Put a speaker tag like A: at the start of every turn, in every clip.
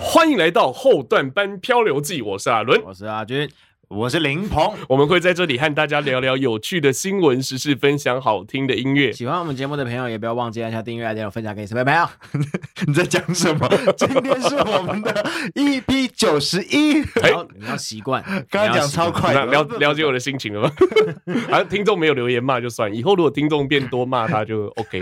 A: 欢迎来到后段班漂流记，我是阿伦。
B: 我是阿军，我是林鹏。
A: 我们会在这里和大家聊聊有趣的新闻时事，分享好听的音乐。
B: 喜欢我们节目的朋友，也不要忘记按下订阅按钮，分享给你身边朋友。 你在讲什 么？今天是我们的 EP 九十一，
A: 哎
B: 你要习惯。
C: 刚刚
B: 你要
C: 讲
B: 习惯
C: 超快
A: 那
C: 的，
A: 了了解我的心情 了吗？啊，听众没有留言骂就算，以后如果听众变多骂他就 OK。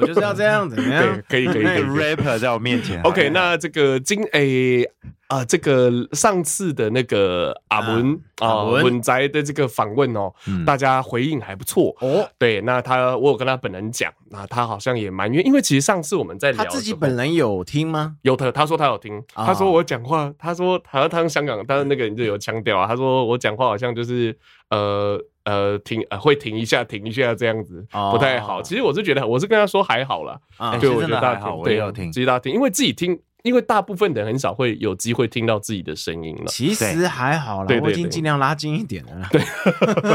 B: 我就是要这样子。怎么
A: 对
B: 样，
A: 可以可以可
C: 那
A: 以
C: 个
A: 可以。
C: rapper 在我面前。
B: 哎
A: OK，那这个今诶啊、这个上次的那个阿文啊
B: 啊阿文
A: 文宅的这个访问哦，
C: 嗯
A: 大家回应还不错。
B: 哦，
A: 对，那他我有跟他本人讲，那他好像也蛮愿，因为其实上次我们在聊
B: 他
A: 的
B: 自己
A: 时候
B: 本人有听吗？
A: 有的，他说他有听，
C: 哦
B: 啊
A: 他说我讲话，他说好像他香港，他那个人就有腔调啊，他说我讲话好像就是呃呃停呃会停一下停一下这样子，
B: 哦
A: 不太好。其实我是觉得我是跟他说还好啦，
B: 啊
C: 哎
A: 对，
C: 其实
A: 我觉得
C: 真的
A: 大
C: 还
A: 家
C: 好
A: 听
C: 我也
A: 对
C: 有听
A: 其实大家听，因为自己听，因为大部分人很少会有机会听到自己的声音了。
B: 其实还好啦
A: 对，对
B: 我已经
A: 对
B: 尽量拉近一点了啦。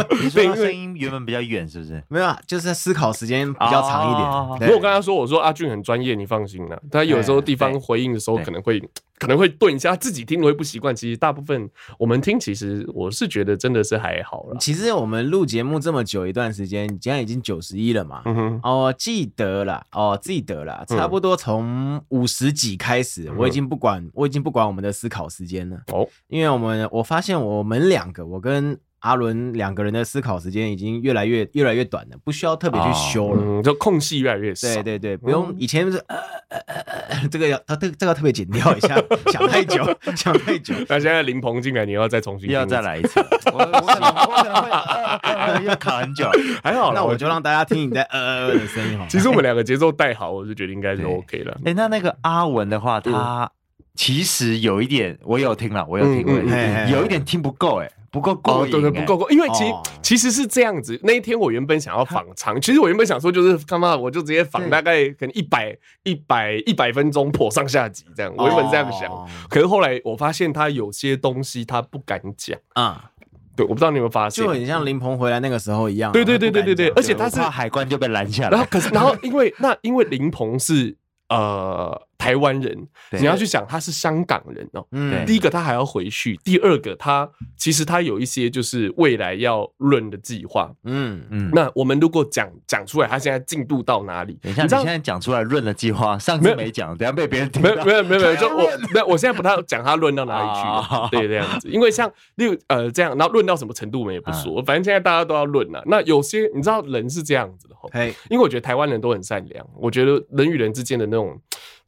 C: 你说
A: 对因
C: 他
A: 为
C: 声音原本比较远，是不是？
B: 没有啊，就是思考时间比较长一点。
C: 哦
A: 如果跟他说我说阿俊很专业，你放心啦。他有时候地方回应的时候
C: 对
A: 可能会可能会顿一下，自己听会不习惯。其实大部分我们听，其实我是觉得真的是还好啦。
B: 其实我们录节目这么久一段时间，现在已经九十一了嘛。
A: 嗯哼，
B: 哦，记得了，哦，记得了，
A: 嗯
B: 差不多从五十几开始，
C: 嗯
B: 我已经不管，我已经不管我们的思考时间了，
A: 哦，
B: 因为我们我发现我们两个，我跟阿伦两个人的思考时间已经越来越越来越短了，不需要特
C: 哦
B: 别去修了。
A: 嗯，就空隙越来越少。
B: 对对对，不
C: 嗯
B: 用。以前就是呃呃呃呃，这个要他这个这个要特别剪掉一 下，想太久，想太久。
A: 那现在林鹏进来，你要再重新听一次
C: 要再，来一次。我我可 能我可能会呃呃呃要卡很久。
A: 还好啦。
B: 那 我就让大家听你在呃呃呃的声音好了。
A: 其实我们两个节奏带好，我就觉得应该是
C: 对
A: OK 了。
C: 哎，那那个阿文的话，他其实有一点，我有听了，我有听，
A: 嗯
C: 我有
A: 嗯
B: 嗯嗯
C: 听，有一点听不够，哎，不够过瘾，
A: 对对，
C: 哎
A: 不够。够，因为其、
B: 哦
A: 其实是这样子。那一天我原本想要仿长，其实我原本想说就是他妈我就直接仿
B: 对
A: 大概可能一百一百一百分钟破上下集这样，我原本这样想。
B: 哦
A: 可是后来我发现他有些东西他不敢讲，
B: 啊，
A: 对，我不知道你有没有发现
B: 就。很像林鹏回来那个时候一样啊。
A: 对对对对对对，而
B: 而
A: 且
B: 且
C: 我
A: 他是
C: 怕海关就被拦下
A: 然后
C: 来。
A: 可是，然后因为那因为林鹏是呃台湾人，
C: 对
A: 你要去想他是香港人哦。
B: 嗯
C: 对
A: 第一个他还要回去，第二个他其实他有一些就是未来要论的计划。
B: 嗯，
C: 嗯，
A: 那我们如果讲讲出来，他现在进度到哪里？
C: 等一下，
A: 你
C: 你
A: 知道
C: 现在讲出来润的计划，上
A: 没
C: 次
A: 有
C: 没讲，等一下被别人听
A: 没
C: 到
A: 有。没有没有没有，就我没有，我现在不太讲他论到哪
C: 哦
A: 里去，对这样子，因为像例如呃这样，然后论到什么程度我们也不
C: 嗯
A: 说，反正现在大家都要论了。啊那有些你知道人是这样子的吼，
B: 嘿，
A: 因为我觉得台湾人都很善良，我觉得人与人之间的那种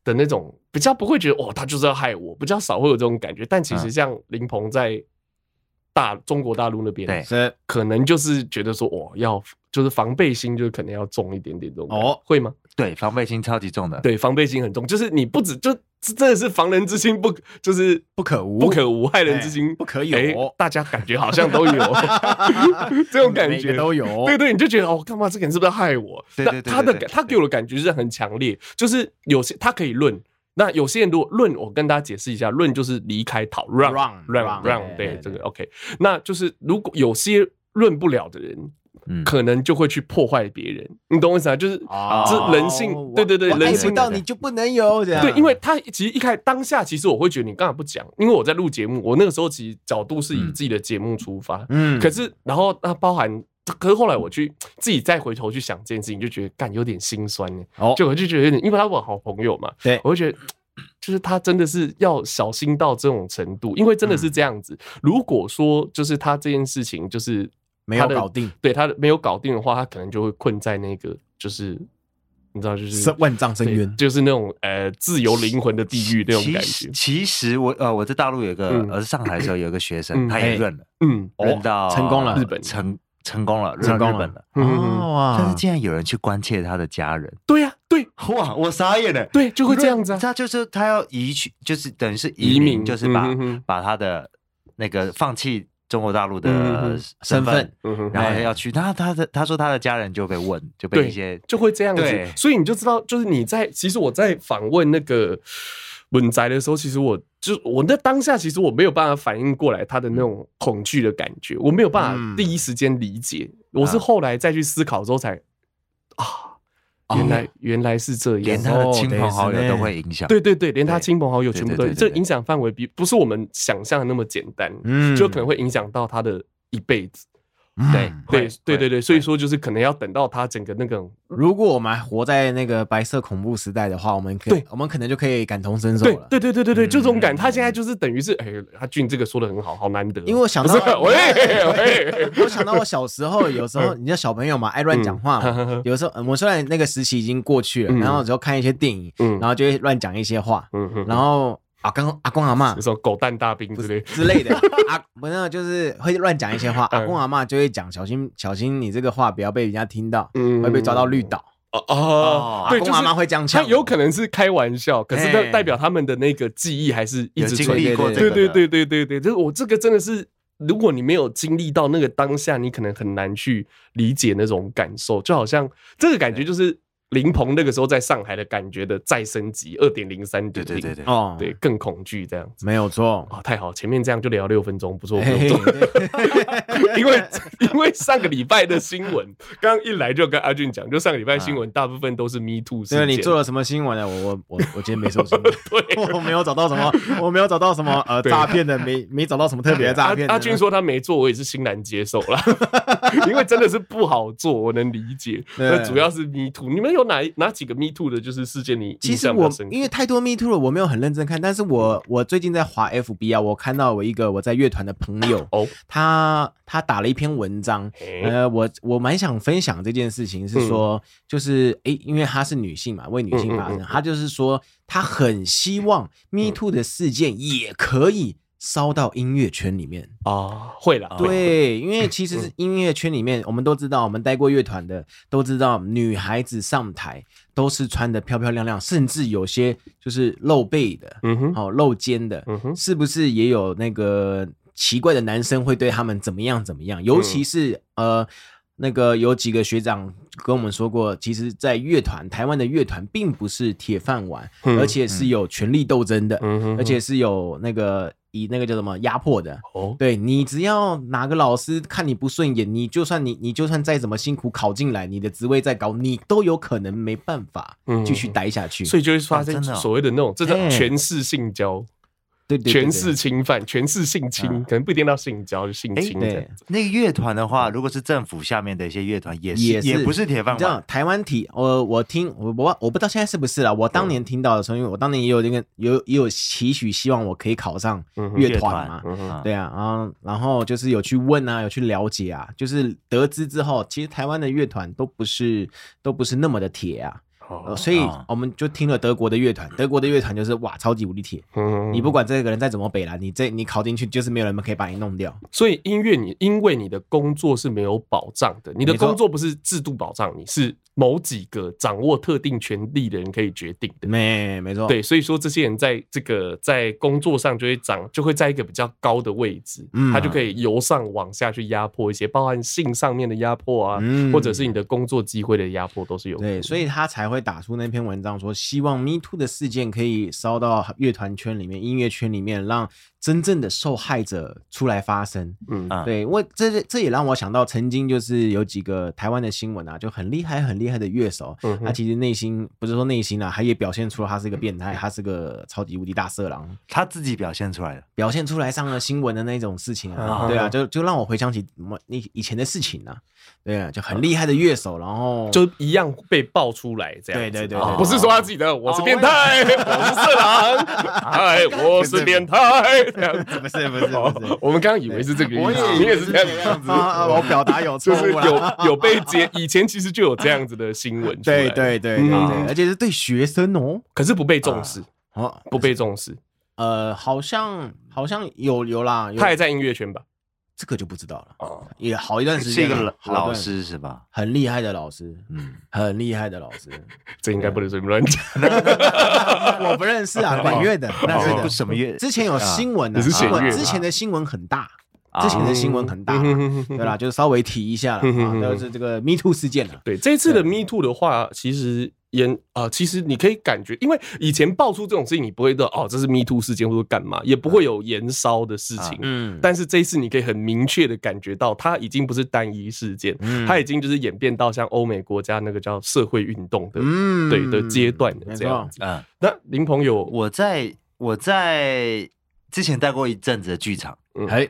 A: 的那种比较不会觉得哦，他就是要害我，比较少会有这种感觉。但其
B: 嗯
A: 实像林鹏在大中国大陆那边
C: 对，
B: 是
A: 可能就是觉得说哦，要就是防备心，就是可能要重一点点这种感觉
B: 哦
A: 会吗？
C: 对，防备心超级重的。
A: 对，防备心很重，就是你不止就真的是防人之心不就是
B: 不可无，
A: 不可无，害人之
B: 哎
A: 心
B: 不可有
A: 哎大家感觉好像 都有这种感
B: 每
A: 觉
B: 个都有。
A: 对对，你就觉得哦，干嘛这个人是不是要害我？
C: 对
A: 那
C: 对对
A: 他的
C: 对对
A: 感他给我的感觉是很强烈，就是有些他可以论，那有些人如果论，我跟大家解释一下，论就是离开讨论
B: Run，
A: 让
B: run，
A: 让，对
B: 对对
A: 这个
B: 对
A: OK。那就是如果有些论不了的人，
C: 嗯，
A: 可能就会去破坏别人，你懂我意思啊？就是
B: 哦
A: 这人性
B: 我
A: 对对对
B: 我
A: 人
B: 爱
A: 性
B: 不到你就不能有这样。
A: 对，因为他其实一开当下，其实我会觉得你干嘛不讲？因为我在录节目，我那个时候其实角度是以
C: 嗯
A: 自己的节目出发，
B: 嗯
A: 可是，然后那包含，可是后来我去自己再回头去想这件事情，就觉得干有点心酸呢、
B: 哦哎
A: 就我就觉得有点，因为他是我好朋友嘛，
B: 对
A: 我就觉得。就是他真的是要小心到这种程度，因为真的
B: 嗯
A: 是这样子。如果说就是他这件事情就是
B: 没有
A: 他的
B: 搞定，
A: 对他的没有搞定的话，他可能就会困在那个就是你知道就是
B: 是万丈深
A: 对
B: 渊。
A: 就是那种呃自由灵魂的地狱那种
C: 其
A: 感
C: 实
A: 觉。
C: 其实我呃，我在大陆有一个，
A: 嗯
C: 呃，上海的时候有一个学
A: 嗯
C: 生，他也润了，
A: 嗯
B: 哦
C: 润到
B: 成功了
A: 日本
C: 成成功了，啊
B: 成
C: 润
B: 功了
C: 到日本了。
A: 嗯，
B: 哦哇
C: 但是竟然有人去关切他的家人，
A: 对呀、对
C: 哇，我傻眼了。
A: 对，就会这样子啊。
C: 他就是他要移去，就是等于是
A: 移
C: 移
A: 民
C: 民，就是把
A: 嗯哼哼
C: 把他的那个放弃中国大陆
A: 嗯哼
C: 的
A: 哼
B: 身
C: 身
B: 份
C: 份，
A: 嗯哼
C: 然后
B: 哎
C: 要去。他他的他说他的家人就被问，就被
A: 对
C: 一些
A: 就会这样子
C: 对。
A: 所以你就知道，就是你在其实我在访问那个文宅的时候，其实我就我那当下，其实我没有办法反应过来他的那种恐惧的感觉，我没有办法
B: 嗯
A: 第一时间理解，我是后来再去思考之后才啊。原来原来是这
C: 哦连
A: 样。
C: 他的
B: 哦
C: 亲朋好友
B: 对
C: 都会影响。
A: 对对对，连他亲朋好友
C: 对
A: 全部
C: 对
A: 都
C: 对对
A: 这
C: 对
A: 影响范围比不是我们想象的那么简单，
B: 嗯
A: 就可能会影响到他的一辈子。
B: 嗯
C: 对
A: 对
C: 会
A: 对对对，所以
C: 会
A: 说就是可能要等到他整个那个
B: 如果我们还活在那个白色恐怖时代的话，我们可以
A: 对，
B: 我们可能就可以感同身受
A: 对
B: 了。
A: 对对对对对，就这种感，
C: 嗯
A: 他现在就是等于是哎，他俊这个说的很好，好难得哦，
B: 因为我想
A: 不
B: 到
A: 是，喂喂，
B: 我想到我小时候，有时候你知道小朋友嘛，爱乱讲话嘛。
A: 嗯
B: 有时候呃我虽然那个时期已经过去了，
A: 嗯
B: 然后有时候看一些电影，
A: 嗯
B: 然后就会乱讲一些话，
A: 嗯嗯，
B: 然后啊阿公阿公阿妈
A: 你说狗蛋大兵之类，
B: 之类的，阿不那就是会乱讲一些话，
A: 嗯
B: 阿公阿妈就会讲小心小心你这个话不要被人家听到，
A: 嗯
B: 会被抓到绿岛。
A: 哦哦，
B: 阿
A: 对，就
B: 公
A: 是
B: 阿妈会这样
A: 他
B: 呛，
A: 有可能是开玩笑，可是代
C: 哎
A: 代表他们的那个记忆还是一
C: 有
A: 直
C: 经
A: 存在
C: 历过这
A: 对
C: 个的，
A: 对对对对对，就是我这个真的是，如果你没有经历到那个当下，你可能很难去理解那种感受。就好像这个感觉就是林鹏那个时候在上海的感觉的再升级，二点零、三
C: 对
A: 点
C: 对
A: 零，
C: 对对，
B: 哦，
A: 对，，更恐惧这样子。
B: 没有错。
A: 哦，太好！前面这样就聊六分钟，不错不错，不
B: 嘿
A: 错
B: 嘿
A: 因为因为上个礼拜的新闻，刚一来就跟阿俊讲，就上个礼拜新闻大部分都是 Me Too 事
B: 对，啊
A: 件，
B: 你做了什么新闻呢？我我我我今天没收新 闻，我没有找到什么，我没有找到什么呃
A: 对
B: 诈骗的，没没找到什么特别的诈骗
A: 阿
B: 的。
A: 阿俊说他没做，我也是欣然接受 啦，因为真的是不好做，我能理解。
B: 对
A: 那主要是 Me Too，你们有哪一哪几个 Me Too 的，就是事件你
B: 其
A: 印
B: 实
A: 象比较
B: 我
A: 深刻嗯
B: 因为太多 Me Too 了，我没有很认真看，但是我我最近在滑 FB 啊，我看到我一个我在乐团的朋友，
A: 哦，
B: 他他打了一篇文章，
A: 嘿
B: 呃，我我蛮想分享这件事情，是说就是诶、因为她是女性嘛，为女性发声
A: 嗯嗯嗯嗯，嗯
B: 她、就是说她很希望 Me Too 的事件也可以烧到音乐圈里面。
A: 啊，嗯会啦，会，
B: 对，因为其实是音乐圈里面，我们都知道，我们待过乐团的都知道，女孩子上台都是穿的漂漂亮亮，甚至有些就是露背的，
A: 嗯哼，
B: 哦，露肩的，
A: 嗯哼，
B: 是不是也有那个奇怪的男生会对他们怎么样怎么
A: 嗯
B: 样？尤其是、呃，那个有几个学长跟我们说过，其实，在乐团，台湾的乐团并不是铁饭碗，
A: 嗯
B: 而且是有权力斗争的，
A: 嗯哼，
B: 而且是有那个以那个叫什么压迫的。
A: 哦，
B: 对你只要哪个老师看你不顺眼，你就算你你就算再怎么辛苦考进来，你的职位再高，你都有可能没办法
A: 嗯
B: 继续待下去。
A: 所以就会发
C: 哦
A: 生
C: 真的哦
A: 所谓的那种这种
C: 嘿
A: 权势性交、
B: 哎对对对
A: 权
B: 对哎
A: 势侵犯、权势性侵，
C: 嗯
A: 可能不一定到性交，就性侵这
B: 对
A: 样。。
C: 那个乐团的话，如果是政府下面的一些乐团，也是
B: 也是
C: 不是铁饭
B: 你知道
C: 碗。
B: 台湾体，我我听我我我不知道现在是不是啦。我当年听到的时候，因为我当年也有那个有也有期许，希望我可以考上
A: 嗯哼
B: 乐团嘛。
A: 嗯哼，
C: 嗯
B: 对啊，然后然后就是有去问啊，有去了解啊，就是得知之后，其实台湾的乐团都不是都不是那么的铁啊，呃
A: 哦
B: 所以
C: 哦
B: 我们就听了德国的乐团，德国的乐团就是哇，超级无敌铁，
A: 嗯
B: 你不管这个人再怎么北啦，你这你考进去就是没有人可以把你弄掉。
A: 所以音乐你因为你的工作是没有保障的，你的
B: 没错
A: 工作不是制度保障你，是某几个掌握特定权利的人可以决定的。
B: 没没错，
A: 对，所以说这些人在这个在工作上就会长，就会在一个比较高的位置，
B: 嗯
A: 他就可以由上往下去压迫一些，包含性上面的压迫啊，
B: 嗯
A: 或者是你的工作机会的压迫，都是有。
B: 对，所以他才会打出那篇文章说，希望 Me Too 的事件可以烧到乐团圈里面、音乐圈里面，让真正的受害者出来发声。
A: 嗯
C: 啊
B: 对我这这也让我想到，曾经就是有几个台湾的新闻啊，就很厉害、很厉害的乐手，
A: 嗯哼嗯
B: 他其实内心不是说内心啊，他也表现出他是个变态，他是个超级无敌大色狼，
C: 他自己表现出来的，
B: 表现出来上了新闻的那种事情啊，
A: 啊
B: 对啊，就就让我回想起我你以前的事情啊，对啊，就很厉害的乐手，然后
A: 就一样被爆出来，这样子
B: 哦对对哦对
A: 哦不
B: 对
A: 是说他自己的，我是变态，我是色狼，哎，我 是变态，这样子
B: 不是不是不是
A: 哦。 我们刚刚以为是这个意
C: 我
A: 思，
C: 也
A: 你
C: 以
A: 也
C: 为
A: 是
C: 是
A: 这样
B: 啊啊！
A: 子，
B: 我表达有 错
A: 就是
B: 误啦
A: 有有被揭，以前其实就有这样子的新闻出来，
B: 对对对对
A: 嗯
B: 对，而且是对学生哦，
A: 可是不被重视，
B: 哦
A: 不被重视，
B: 呃，好像好像有有啦，有
A: 他还在音乐圈吧？
B: 这个就不知道了，
A: 哦，
B: 也好一段时
C: 是
B: 间
C: 一
B: 了
C: 个
B: 好一段
C: 老师是吧？
B: 很厉害的老师，
C: 嗯，
B: 很厉害的老师，
A: 这应该不能随便乱讲，
B: 我不认识啊，管乐的，
A: 哦
C: 那
B: 是
C: 是
B: 的
C: 不。什么乐？
B: 之前有新闻的，
A: 你是
B: 新
A: 弦乐
B: 闻
A: 吧
B: 之前的新闻很大，
C: 啊
B: 之前的新闻很大，
A: 嗯
B: 对啦，就是稍微提一下了
A: 嗯
B: 啊，
A: 嗯嗯
B: 就是这个 Me Too 事件了。
A: 对，这次的 Me Too 的话，其实演啊、呃其实你可以感觉，因为以前爆出这种事情，你不会的哦，这是 Me Too 事件或者干嘛，也不会有延烧的事情。
B: 嗯，
A: 但是这一次，你可以很明确的感觉到，它已经不是单一事件，
B: 嗯
A: 它已经就是演变到像欧美国家那个叫社会运动的、
B: 嗯
A: 对的阶段的
B: 没
A: 这样
B: 错，
A: 子。
C: 嗯，
A: 那林鹏有
C: 我在我在之前待过一阵子的剧场，
B: 哎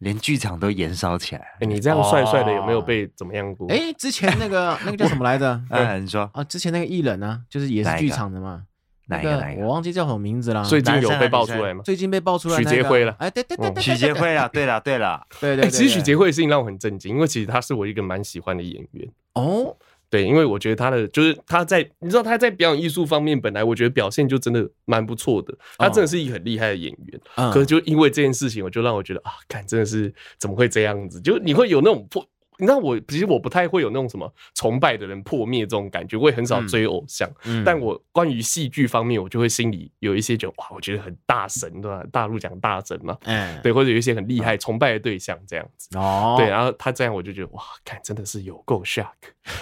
C: 连剧场都燃烧起来。
A: 哎你这样帅帅的，
B: 哦
A: 有没有被怎么样过？
B: 哎，之前那个那个叫什么来着？
C: 嗯，你说
B: 啊，之前那个艺人呢，就是也
C: 哪
B: 是
C: 一个
B: 剧场的嘛，
C: 哪一
B: 那
C: 个哪一
B: 我
C: 个？
B: 忘记叫什么名字啦。
A: 最近
C: 男
A: 有
C: 生啊
A: 被爆
C: 女
A: 出
C: 生
A: 来吗？
B: 最近被爆出来
A: 许
B: 那个
A: 杰辉了
B: 哎，对对对，对
C: 许杰，辉啊 啦，对啦对啦，
B: 对对
A: 哎、
B: 对对，
A: 其实许杰
B: 辉
A: 辉的事情让我很震惊，因为其实他是我一个蛮喜欢的演员。
B: 哦，
A: 对，因为我觉得他的就是他在，你知道他在表演艺术方面，本来我觉得表现就真的蛮不错的，他真的是一个很厉害的演员。
B: 哦嗯
A: 可是就因为这件事情，我就让我觉得啊，看真的是怎么会这样子？就你会有那种破，你知道我其实我不太会有那种什么崇拜的人破灭这种感觉，我也很少追偶像。
B: 嗯
A: 但我关于戏剧方面，我就会心里有一些觉得哇，我觉得很大神对吧？大陆讲大神嘛，
B: 哎，
A: 对，或者有一些很厉害崇拜的对象这样子。
B: 哦，
A: 对，啊然后他这样我就觉得哇，看真的是有够 shock，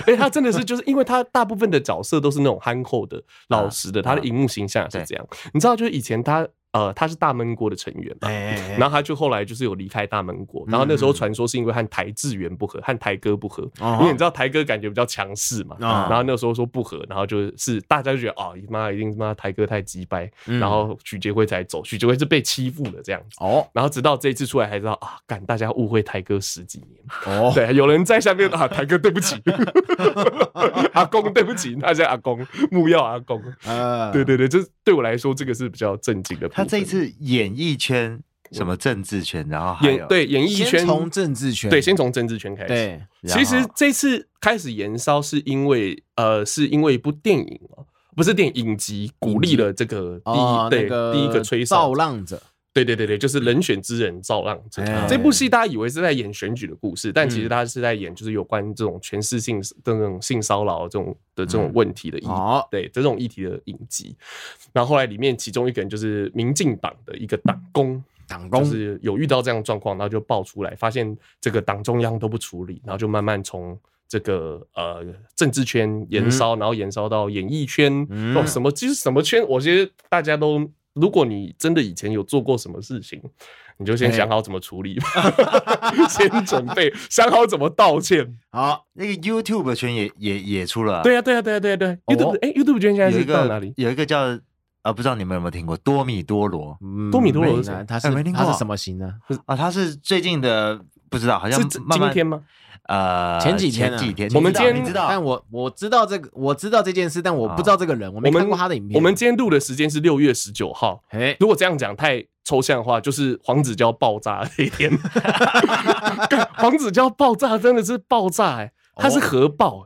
A: 而且他真的是就是因为他大部分的角色都是那种憨厚 的、老实的，他
B: 嗯
A: 的荧幕形象也是这样。你知道，就是以前他呃他是大闷锅的成员嘛，
B: 哎，嗯
A: 然后他就后来就是有离开大闷锅，然后那时候传说是因为和台志远不合，和台哥不合，
B: 哦
A: 因为你知道台哥感觉比较强势嘛，
B: 啊
A: 然后那时候说不合，然后就是大家就觉得哦，妈一定他妈台哥太鸡掰，
B: 嗯
A: 然后许杰辉才走，许杰辉是被欺负的这样子。
B: 哦
A: 然后直到这一次出来，才知道啊，干大家误会台哥十几年。
B: 哦，
A: 对，有人在下面啊，台哥对不起， 阿公对不起，他叫阿公，木曜阿公。
B: 呃，
A: 对对对，这对我来说这个是比较正经的部分。
C: 他这一次演艺圈什么政治圈，然后还
A: 演
C: 有
A: 对演艺圈
B: 先从政治圈，
A: 对，先从政治圈开始。
B: 对，
A: 其
C: 然
A: 实
C: 后
A: 这次开始延烧，是因为呃，是因为一部电影哦，不是电影影集，鼓励了这个第一、
B: 哦，
A: 对、
B: 那个
A: 第一个吹哨
B: 造
A: 者，
B: 浪者，
A: 对对对对，就是《人选之人》造浪者。
B: 哎
A: 这部戏大家以为是在演选举的故事，但其实
B: 嗯
A: 他是在演就是有关这种权势性这种性骚扰这种的这种问题的议
B: 嗯哦
A: 对这种议题的影集。然后后来里面其中一个人就是民进党的一个党工，
B: 党工
A: 就是有遇到这样的状况，然后就爆出来，发现这个党中央都不处理，然后就慢慢从这个呃政治圈延烧，然后延烧到演艺圈，
B: 嗯
A: 哦，什么就是什么圈，我觉得大家都。如果你真的以前有做过什么事情，你就先
B: 哎
A: 想好怎么处理吧， 先准备想好怎么道歉。
B: 好，
C: 那个 YouTube 圈也也也出了啊，
A: 对呀、对呀、对呀、对呀、对、啊。YouTube 哎、y o u t u b e 圈现在
C: 有一
A: 是
C: 个
A: 到哪里？
C: 有一个叫啊，不知道你们有没有听过多米多罗
B: 嗯
A: 多米多罗
B: 没
A: 是
B: 呢
A: 谁
B: 他是
C: 哎没听
B: 他
C: 过
B: 是什么型呢？
C: 啊？他是最近的，不知道，好像
A: 是
C: 慢
A: 今
C: 慢
A: 天吗？
C: 呃
B: 前几天啊
C: 前几天，
A: 我们
C: 你知道
A: 今天
C: 你知
B: 但
C: 道
B: 我我知道这个，我知道这件事，但我不知道这个人，我没
A: 我们
B: 看过他的影片。
A: 我们今天录的时间是六月十九号，
B: 哎，
A: 如果这样讲太抽象的话，就是黄子佼爆炸的一天。 干黄子佼爆炸真的是爆炸哎、他是核爆、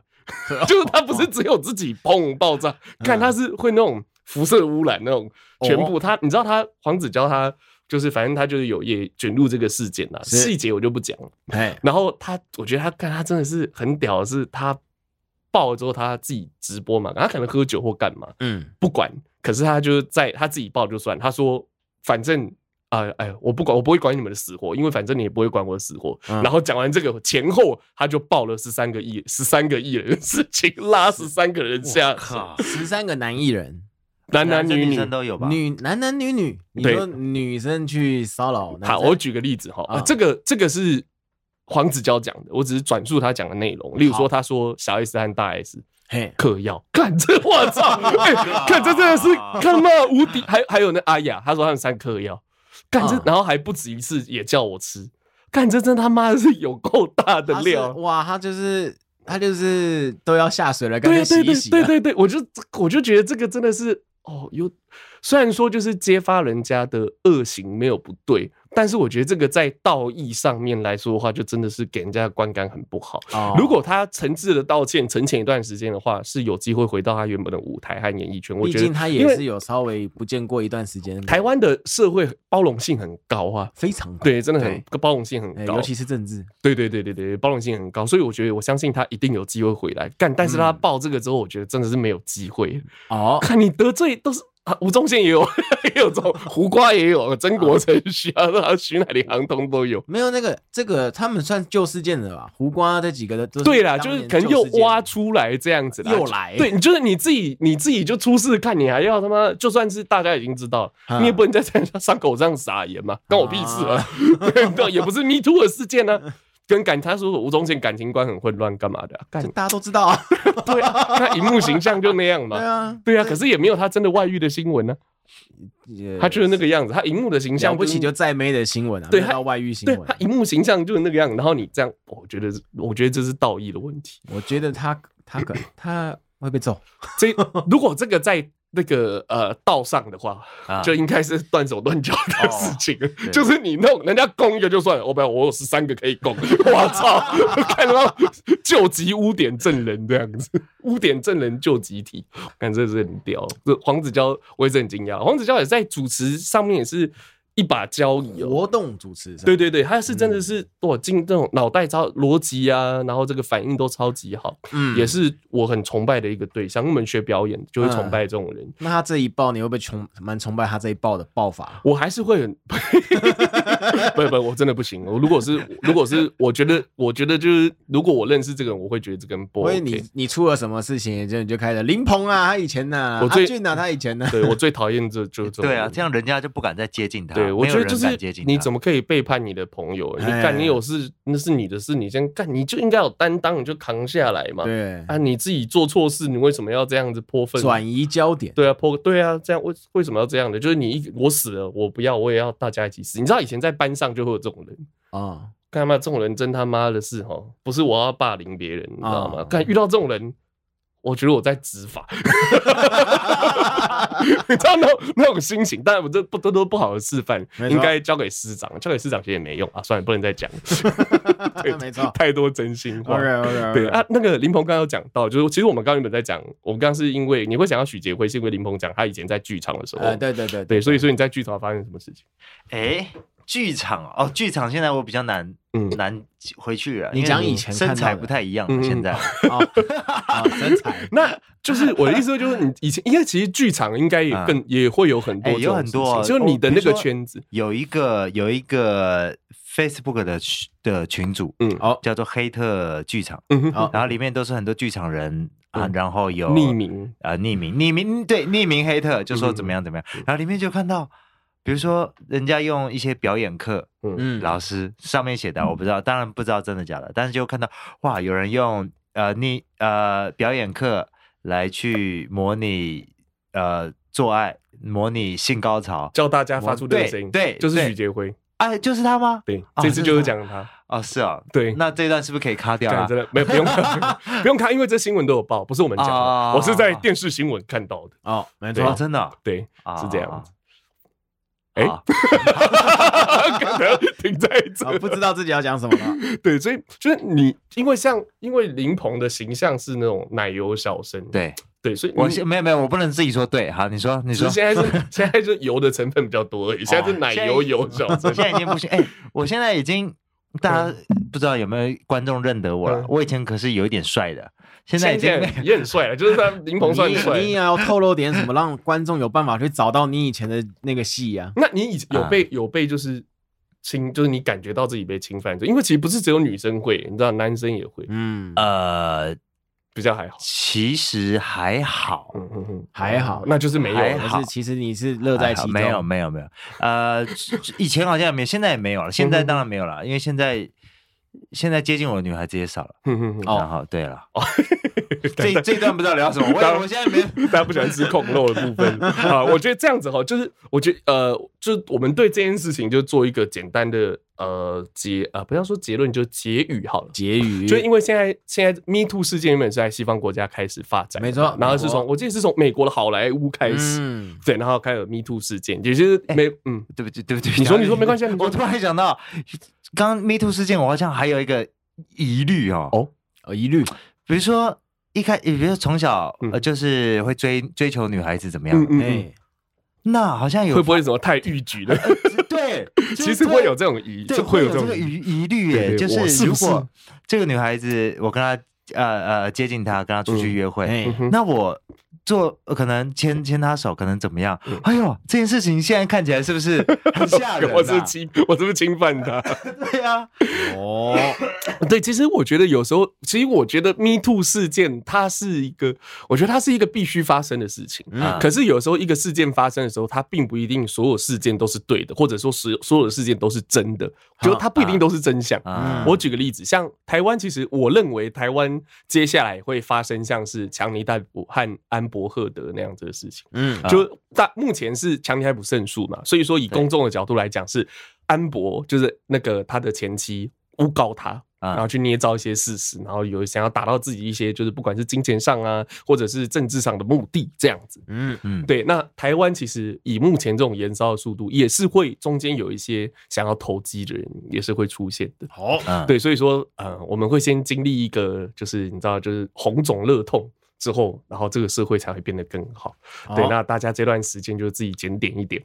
A: 欸，就是他不是只有自己砰爆炸，看他是会那种辐射污染那种，全部他你知道他黄子佼他就是反正他就是有也卷入这个事件啦，
B: 是
A: 细节我就不讲了。
B: 哎
A: 然后他，我觉得他看他真的是很屌，的是他爆了之后他自己直播嘛，他可能喝酒或干嘛，
B: 嗯
A: 不管，可是他就是在他自己报就算，他说反正。啊、哎呀，我不管，我不会管你们的死活，因为反正你也不会管我的死活。
B: 嗯
A: 然后讲完这个前后，他就报了十三个亿，十三个艺人的事情，拉十三个人下水，
C: 靠，
B: 十三个男艺人，
A: 男男
C: 生
A: 女女。
C: 生都有吧？
B: 女男男女女，你
A: 对
B: 说女生去骚扰男
A: 好，
B: 生
A: 我举个例子哈、
B: 啊
A: 呃这个这个是黄子佼讲的，我只是转述他讲的内容。例如说，他说小 S 和大 S
B: 嘿，
A: 嗑药，看这我操， 哎、看这真的是
B: 啊
A: 他妈无敌。还还有那阿雅，他说他们三嗑药，干这
B: 嗯，
A: 然后还不止一次也叫我吃，干这真他妈是有够大的
B: 他是
A: 料。
B: 哇，他就是他就是都要下水了，干
A: 对
B: 脆
A: 呀，
B: 洗
A: 对
B: 一
A: 对
B: 洗啊。
A: 对对对，我就我就觉得这个真的是哦，有虽然说就是揭发人家的恶行没有不对，但是我觉得这个在道义上面来说的话，就真的是给人家的观感很不好。
B: 哦
A: 如果他诚挚的道歉，沉潜一段时间的话，是有机会回到他原本的舞台和演艺圈。我
B: 毕
A: 觉得，
B: 竟他也是有稍微不见过一段时间，
A: 台湾的社会包容性很高啊，
B: 非常高，
A: 对，真的很
C: 对
A: 包容性很
B: 哦哎
A: 高
B: 尤，其是政治，
A: 对对对对对，包容性很高，所以我觉得我相信他一定有机会回来干。但是他爆这个之后，我觉得真的是没有机会。
B: 嗯
A: 啊
B: 哦，
A: 看你得罪都是啊，吴宗宪也有， 也有这种胡瓜也有，曾国成、徐啊，然后徐乃麟、航通都有。
B: 没有那个这个，他们算旧事件的吧？胡瓜这几个的都是
A: 对啦，就
B: 当
A: 是
B: 年
A: 可能
B: 旧
A: 又
B: 事件
A: 挖出来这样子啦，
B: 又来
A: 对，你就是你自己，你自己就出事看，你还要他妈，就算是大家已经知道了，
B: 啊
A: 你也不能在人家伤口上撒盐嘛，关我屁事啊！ 对，也不是 Me Too 的事件呢、跟感他说吴宗宪感情观很混乱，干嘛的啊、干
B: 这大家都知道啊。
A: 对啊，他荧幕形象就那样
B: 对
A: 嘛。
B: 啊，
A: 对啊，可是也没有他真的外遇的新闻呢、啊
B: 也
A: 他就是那个样子，他荧幕的形象
B: 了不
A: 就是
B: 起就再妹的新闻啊，
A: 对
B: 没有
A: 他
B: 到外遇新
A: 对
B: 闻啊
A: 他。荧幕形象就是那个样子，然后你这样，我觉得是我觉得这是道义的问题。
B: 我觉得他他可他会被揍，
A: 这如果这个在那个呃道上的话，
C: 啊哦
A: 就应该是断手断脚的事情，
C: 对
A: 就是你弄人家供一个就算了，我不要，我有十三个可以供， 我操，看到救急污点证人这样子，污点证人救集体，看这是很屌。这黄子佼我也是很惊讶，黄子佼也在主持上面也是一把交椅哦，
B: 活动主持人
A: 对对对，他是真的
C: 嗯
A: 是我进这种脑袋超逻辑啊，然后这个反应都超级好，
B: 嗯
A: 也。是我很崇拜的一个对象。我们学表演就会崇拜这种人，
C: 嗯
B: 那他这一爆，你会不会崇蛮崇拜他这一爆的爆法？
A: 我还是会很， 不不，我真的不行。我如果 是如果是，我觉得我觉得就是，如果我认识这个人，我会觉得这个人不
B: 因为
A: OK。
B: 你你出了什么事情，就你就开始林鹏啊，他以前呐、
A: 我
B: 阿
A: 最
B: 俊啊，他以前呐、
A: 对我最讨厌这 就是这种
C: 对啊，
A: 人
C: 这样人家就不敢再接近他。
A: 对，我
C: 没有
A: 觉得
C: 人
A: 就是
C: 敢接近
A: 你
C: 他
A: 怎么可以背叛你的朋友？你就
B: 哎
A: 干你有事，那是你的事，你先干，你就应该有担当，你就扛下来嘛。
B: 对，
A: 啊，你自己做错事，你为什么要这样子泼粪？
B: 转移焦点，
A: 对啊，泼对啊，这样为为什么要这样的？就是你一我死了，我不要，我也要大家一起死。你知道以前在班上就会有这种人，
B: 啊、
A: 干嘛这种人真他妈的是哈，不是我要霸凌别人，你知道吗
B: 啊？
A: 看、遇到这种人，我觉得我在执法， 你知道那种那种心情。当然，我这不都都不好的示范
B: 没，错
A: 应该交给师长，交给师长其实也没用啊。算了，不能再讲， 对
B: 没错
A: 太多真心话。
B: OK OK，
A: 对
C: 嗯
A: 啊，那个林鹏刚刚有讲到，就是其实我们刚刚原本在讲，我们刚刚是因为你会想到许杰辉，是因为林鹏讲他以前在剧场的时候，
C: 嗯
B: 呃，对对对
A: 对，所以所以你在剧场发生什么事 情？
C: 哎，剧场哦，剧场现在我比较难，
A: 嗯
C: 难回去了。
B: 你
C: 因为
B: 讲以前看
C: 身
B: 到的
C: 材不太一样了，
A: 嗯嗯
C: 现在
B: 哦，哦身材
A: 那就是我的意思，就是你以前，因为其实剧场应该也更、也会有很多
C: 哎
A: 这种事情，
C: 有很多啊
A: 就是你的
C: 我比
A: 那
C: 如
A: 个
C: 说
A: 圈子，
C: 有一个有一个 Facebook 的群的群组，
A: 嗯
B: 哦
C: 叫做黑特剧场，
A: 嗯哼，
B: 好
C: 然后里面都是很多剧场人啊，
A: 嗯
C: 然后哦有
A: 匿名，
C: 啊，匿名匿名对匿名黑特就说怎
A: 嗯
C: 么样怎么样，然后里面就看到，比如说人家用一些表演课，
A: 嗯
B: 嗯，
C: 老师上面写的，我不知道，当然不知道真的假的，但是就看到哇，有人用呃你呃表演课来去模拟呃做爱，模拟性高潮，
A: 教大家发出这个声音，
C: 对对
A: 就是
C: 对
A: 许杰辉，
C: 哎，就是他吗？
A: 对，
C: 哦
A: 这次就是
C: 真
A: 讲他，
C: 哦，是哦，
A: 对。
C: 那这段是不是可以卡掉
A: 讲
C: 啊
A: 真？的，没有不用 不用看，因为这新闻都有报，不是我们讲的，
C: 啊
A: 我是在电视新闻看到的。
B: 哦，没
A: 对
B: 错
C: 哦，，真的哦
A: 对，
C: 啊
A: 是这样子。哎
C: 啊，
A: 可能停在
B: 哦
A: 这，
B: 不知道自己要讲什么了，
A: 对，所以就是你，因为像因为林鹏的形象是那种奶油小生，
C: 对
A: 对，所以
C: 我
A: 你
C: 现没有没有，我不能自己说对，好，你说你
A: 只
C: 说
A: 是。现在 是现在是油的成分比较多而已，现在是奶油油小生
C: 我，现在已经不行，哎、我现在已经，大家不知道有没有观众认得我了
A: 嗯。
C: 我以前可是有一点帅的，现在已
A: 现
C: 经
A: 在
C: 没有
A: 也很帅了，就是 他林鹏算帅
B: 你你。也要透露点什么，让观众有办法去找到你以前的那个戏啊。
A: 那你以前有被有被就是侵，就是你感觉到自己被侵犯，因为其实不是只有女生会，你知道男生也会，
B: 嗯，
A: 啊
C: 呃，
A: 比较还好。
C: 其实还好，
A: 嗯嗯嗯，
B: 还好
A: 那就是没有哎
C: 还
A: 了。
B: 可
C: 好
B: 是其实你是乐在
C: 还
B: 其
C: 好
B: 中，
C: 啊没有没有没有，呃，以前好像也没有，现在也没有了，现
A: 嗯
C: 在当然没有了，因为现在现在接近我的女孩子也少了。
A: 哼哼哼
B: 哦
C: 然后对了，这这段不知道聊什么，
A: 当然
C: 我我现在没。
A: 大家不喜欢吃控肉的部分啊。我觉得这样子哈，就是我觉得呃，就是我们对这件事情就做一个简单的呃结啊、不要说结论，就结语好了。
B: 结语，
A: 就因为现在现在 Me Too 事件原本是在西方国家开始发展的，
B: 没错
A: 然后是
B: 美国
A: 从我记得是从美国的好莱坞开始，
B: 嗯，
A: 对，然后开始有 Me Too 事件，也就是
C: 哎
A: 没、嗯，
C: 对不起，对不起，
A: 你说你说没关系啊你说
C: 我突然想到，刚刚 Me Too 事件，我好像还有一个疑虑哦。
A: 哦
B: 呃，一律
C: 比如说一开，比如说从小、
A: 嗯
C: 呃，就是会追追求女孩子怎么样
A: 嗯
C: 的？
A: 嗯嗯，
B: 哎，
C: 那好像有
A: 会不会什么太逾矩了？
C: 对，哎就是
A: 其实
C: 这
A: 会有这种疑，
C: 对
A: 会
C: 会
A: 有
C: 有
A: 这
C: 这
A: 种
C: 个
A: 疑，
C: 疑疑虑
A: 对
C: 耶，
A: 对
C: 就
A: 我是
C: 是
A: 不
C: 如
A: 是
C: 果这个女孩子，我跟她呃呃接近她，跟她出去约会，
B: 哎
A: 嗯哼
C: 那我做呃可能牵 牵他手，可能怎么样？
A: 嗯
C: 哎呦，这件事情现在看起来是不是 很吓人、啊？
A: 我是不是侵，我是不是侵犯他？
C: 对呀、啊，
B: 哦，
A: 对，其实我觉得有时候，其实我觉得 Me Too 事件它是一个，我觉得它是一个必须发生的事情。
C: 嗯
A: 可是有时候一个事件发生的时候，它并不一定所有事件都是对的，或者说所有所有的事件都是真的，就它不一定都是真相。
C: 啊
A: 我举个例子，像台湾，其实我认为台湾接下来会发生像是强尼戴普和安博赫德那样子的事情。
C: 啊
B: 嗯，
A: 就大目前是强尼戴普胜诉嘛，所以说以公众的角度来讲，是安博就是那个他的前妻诬告他。
C: 啊
A: 然后去捏造一些事实，然后有想要达到自己一些就是不管是金钱上啊，或者是政治上的目的这样子。
B: 嗯
C: 嗯，
A: 对，那台湾其实以目前这种延烧的速度，也是会中间有一些想要投机的人也是会出现的。
B: 好，
C: 嗯，
A: 对，所以说呃，我们会先经历一个就是你知道就是红肿热痛之后，然后这个社会才会变得更好。对，那大家这段时间就自己检点一 点，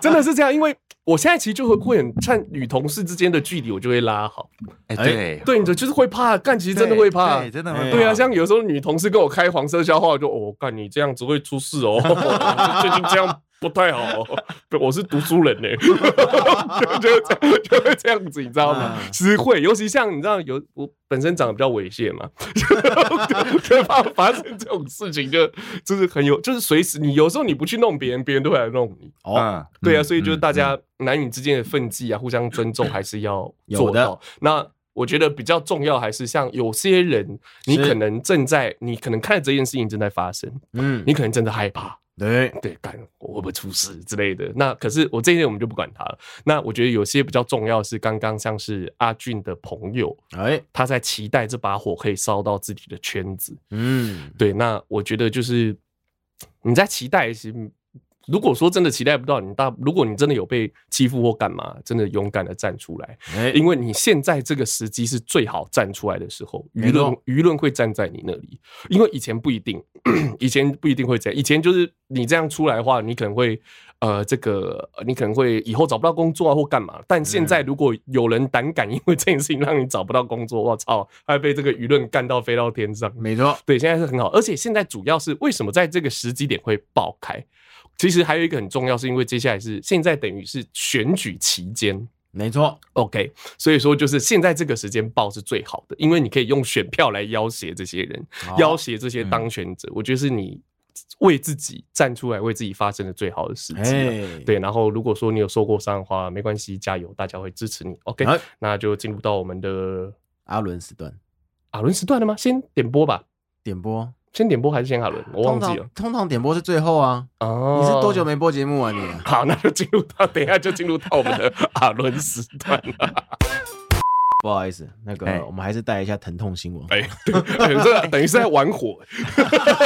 A: 真的是这样，因为我现在其实就会会很看女同事之间的距离，我就会拉好。
C: 哎，
B: 哎
C: 对，
A: 对，你就就是会怕，干其实真的会怕。
C: 对，真的
B: 哎
C: 会
B: 呀
C: 怕。
A: 对啊，像有时候女同事跟我开黄色笑话，我就哦，干你这样子会出事哦， 最近这样不太好、 哦。对我是读书人呢、 就就这样就会这样子，你知道吗
C: 嗯
B: 啊？
A: 其实会，尤其像你知道有我本身长得比较猥亵嘛， 就怕发生这种事情就就是很有，就是随时你有时候你不去弄别人，别人都会来弄你。
B: 哦，
C: 嗯
A: 对啊，
C: 嗯
A: 所以就是
C: 嗯
A: 大家男女之间的分际啊，互相尊重还是要
B: 有
A: 做
B: 的
A: 到。那我觉得比较重要还是像有些人，你
B: 是
A: 可能正在，你可能看着这件事情正在发生，
B: 嗯，
A: 你可能真的害怕，
B: 对，
A: 对，干我会不会出事之类的。那可是我这一点我们就不管他了。那我觉得有些比较重要的是刚刚像是阿俊的朋友，
B: 哎，
A: 他在期待这把火可以烧到自己的圈子，
B: 嗯，
A: 对，那我觉得就是你在期待，其实如果说真的期待不到，你大如果你真的有被欺负或干嘛，真的勇敢的站出来，
B: 哎，
A: 因为你现在这个时机是最好站出来的时候，
B: 没
A: 舆
B: 错
A: 论舆论会站在你那里，因为以前不一定， 以前不一定会这样，以前就是你这样出来的话，你可能会。呃，这个呃你可能会以后找不到工作啊，或干嘛？但现
B: 嗯
A: 在如果有人胆敢因为这件事情让你找不到工作，我操，还被这个舆论干到飞到天上。
B: 没错，
A: 对，现在是很好，而且现在主要是为什么在这个时机点会爆开？其实还有一个很重要，是因为接下来是现在等于是选举期间
B: 没错，
A: ，OK，所以说就是现在这个时间爆是最好的，因为你可以用选票来要挟这些人，
B: 好嗯
A: 要挟这些当权者，我觉得是你为自己站出来为自己发声的最好的时机了。
B: 哎，
A: 啊对，然后如果说你有受过伤的话，没关系，加油，大家会支持你。OK，
B: 好
A: 那就进入到我们的
B: 哎阿伦时段
A: 阿伦时段了吗？先点播吧，
B: 点播，
A: 先点播还是先阿伦？我忘记了
B: 通常。通常点播是最后啊，
A: 哦，
B: 你是多久？没播节目啊？你
A: 好，那就进入到，等一下就进入到我们的阿伦时段了。
B: 不好意思，那
C: 哎
B: 个我们还是带一下疼痛新闻。
A: 哎，对，哎这等于是在玩火。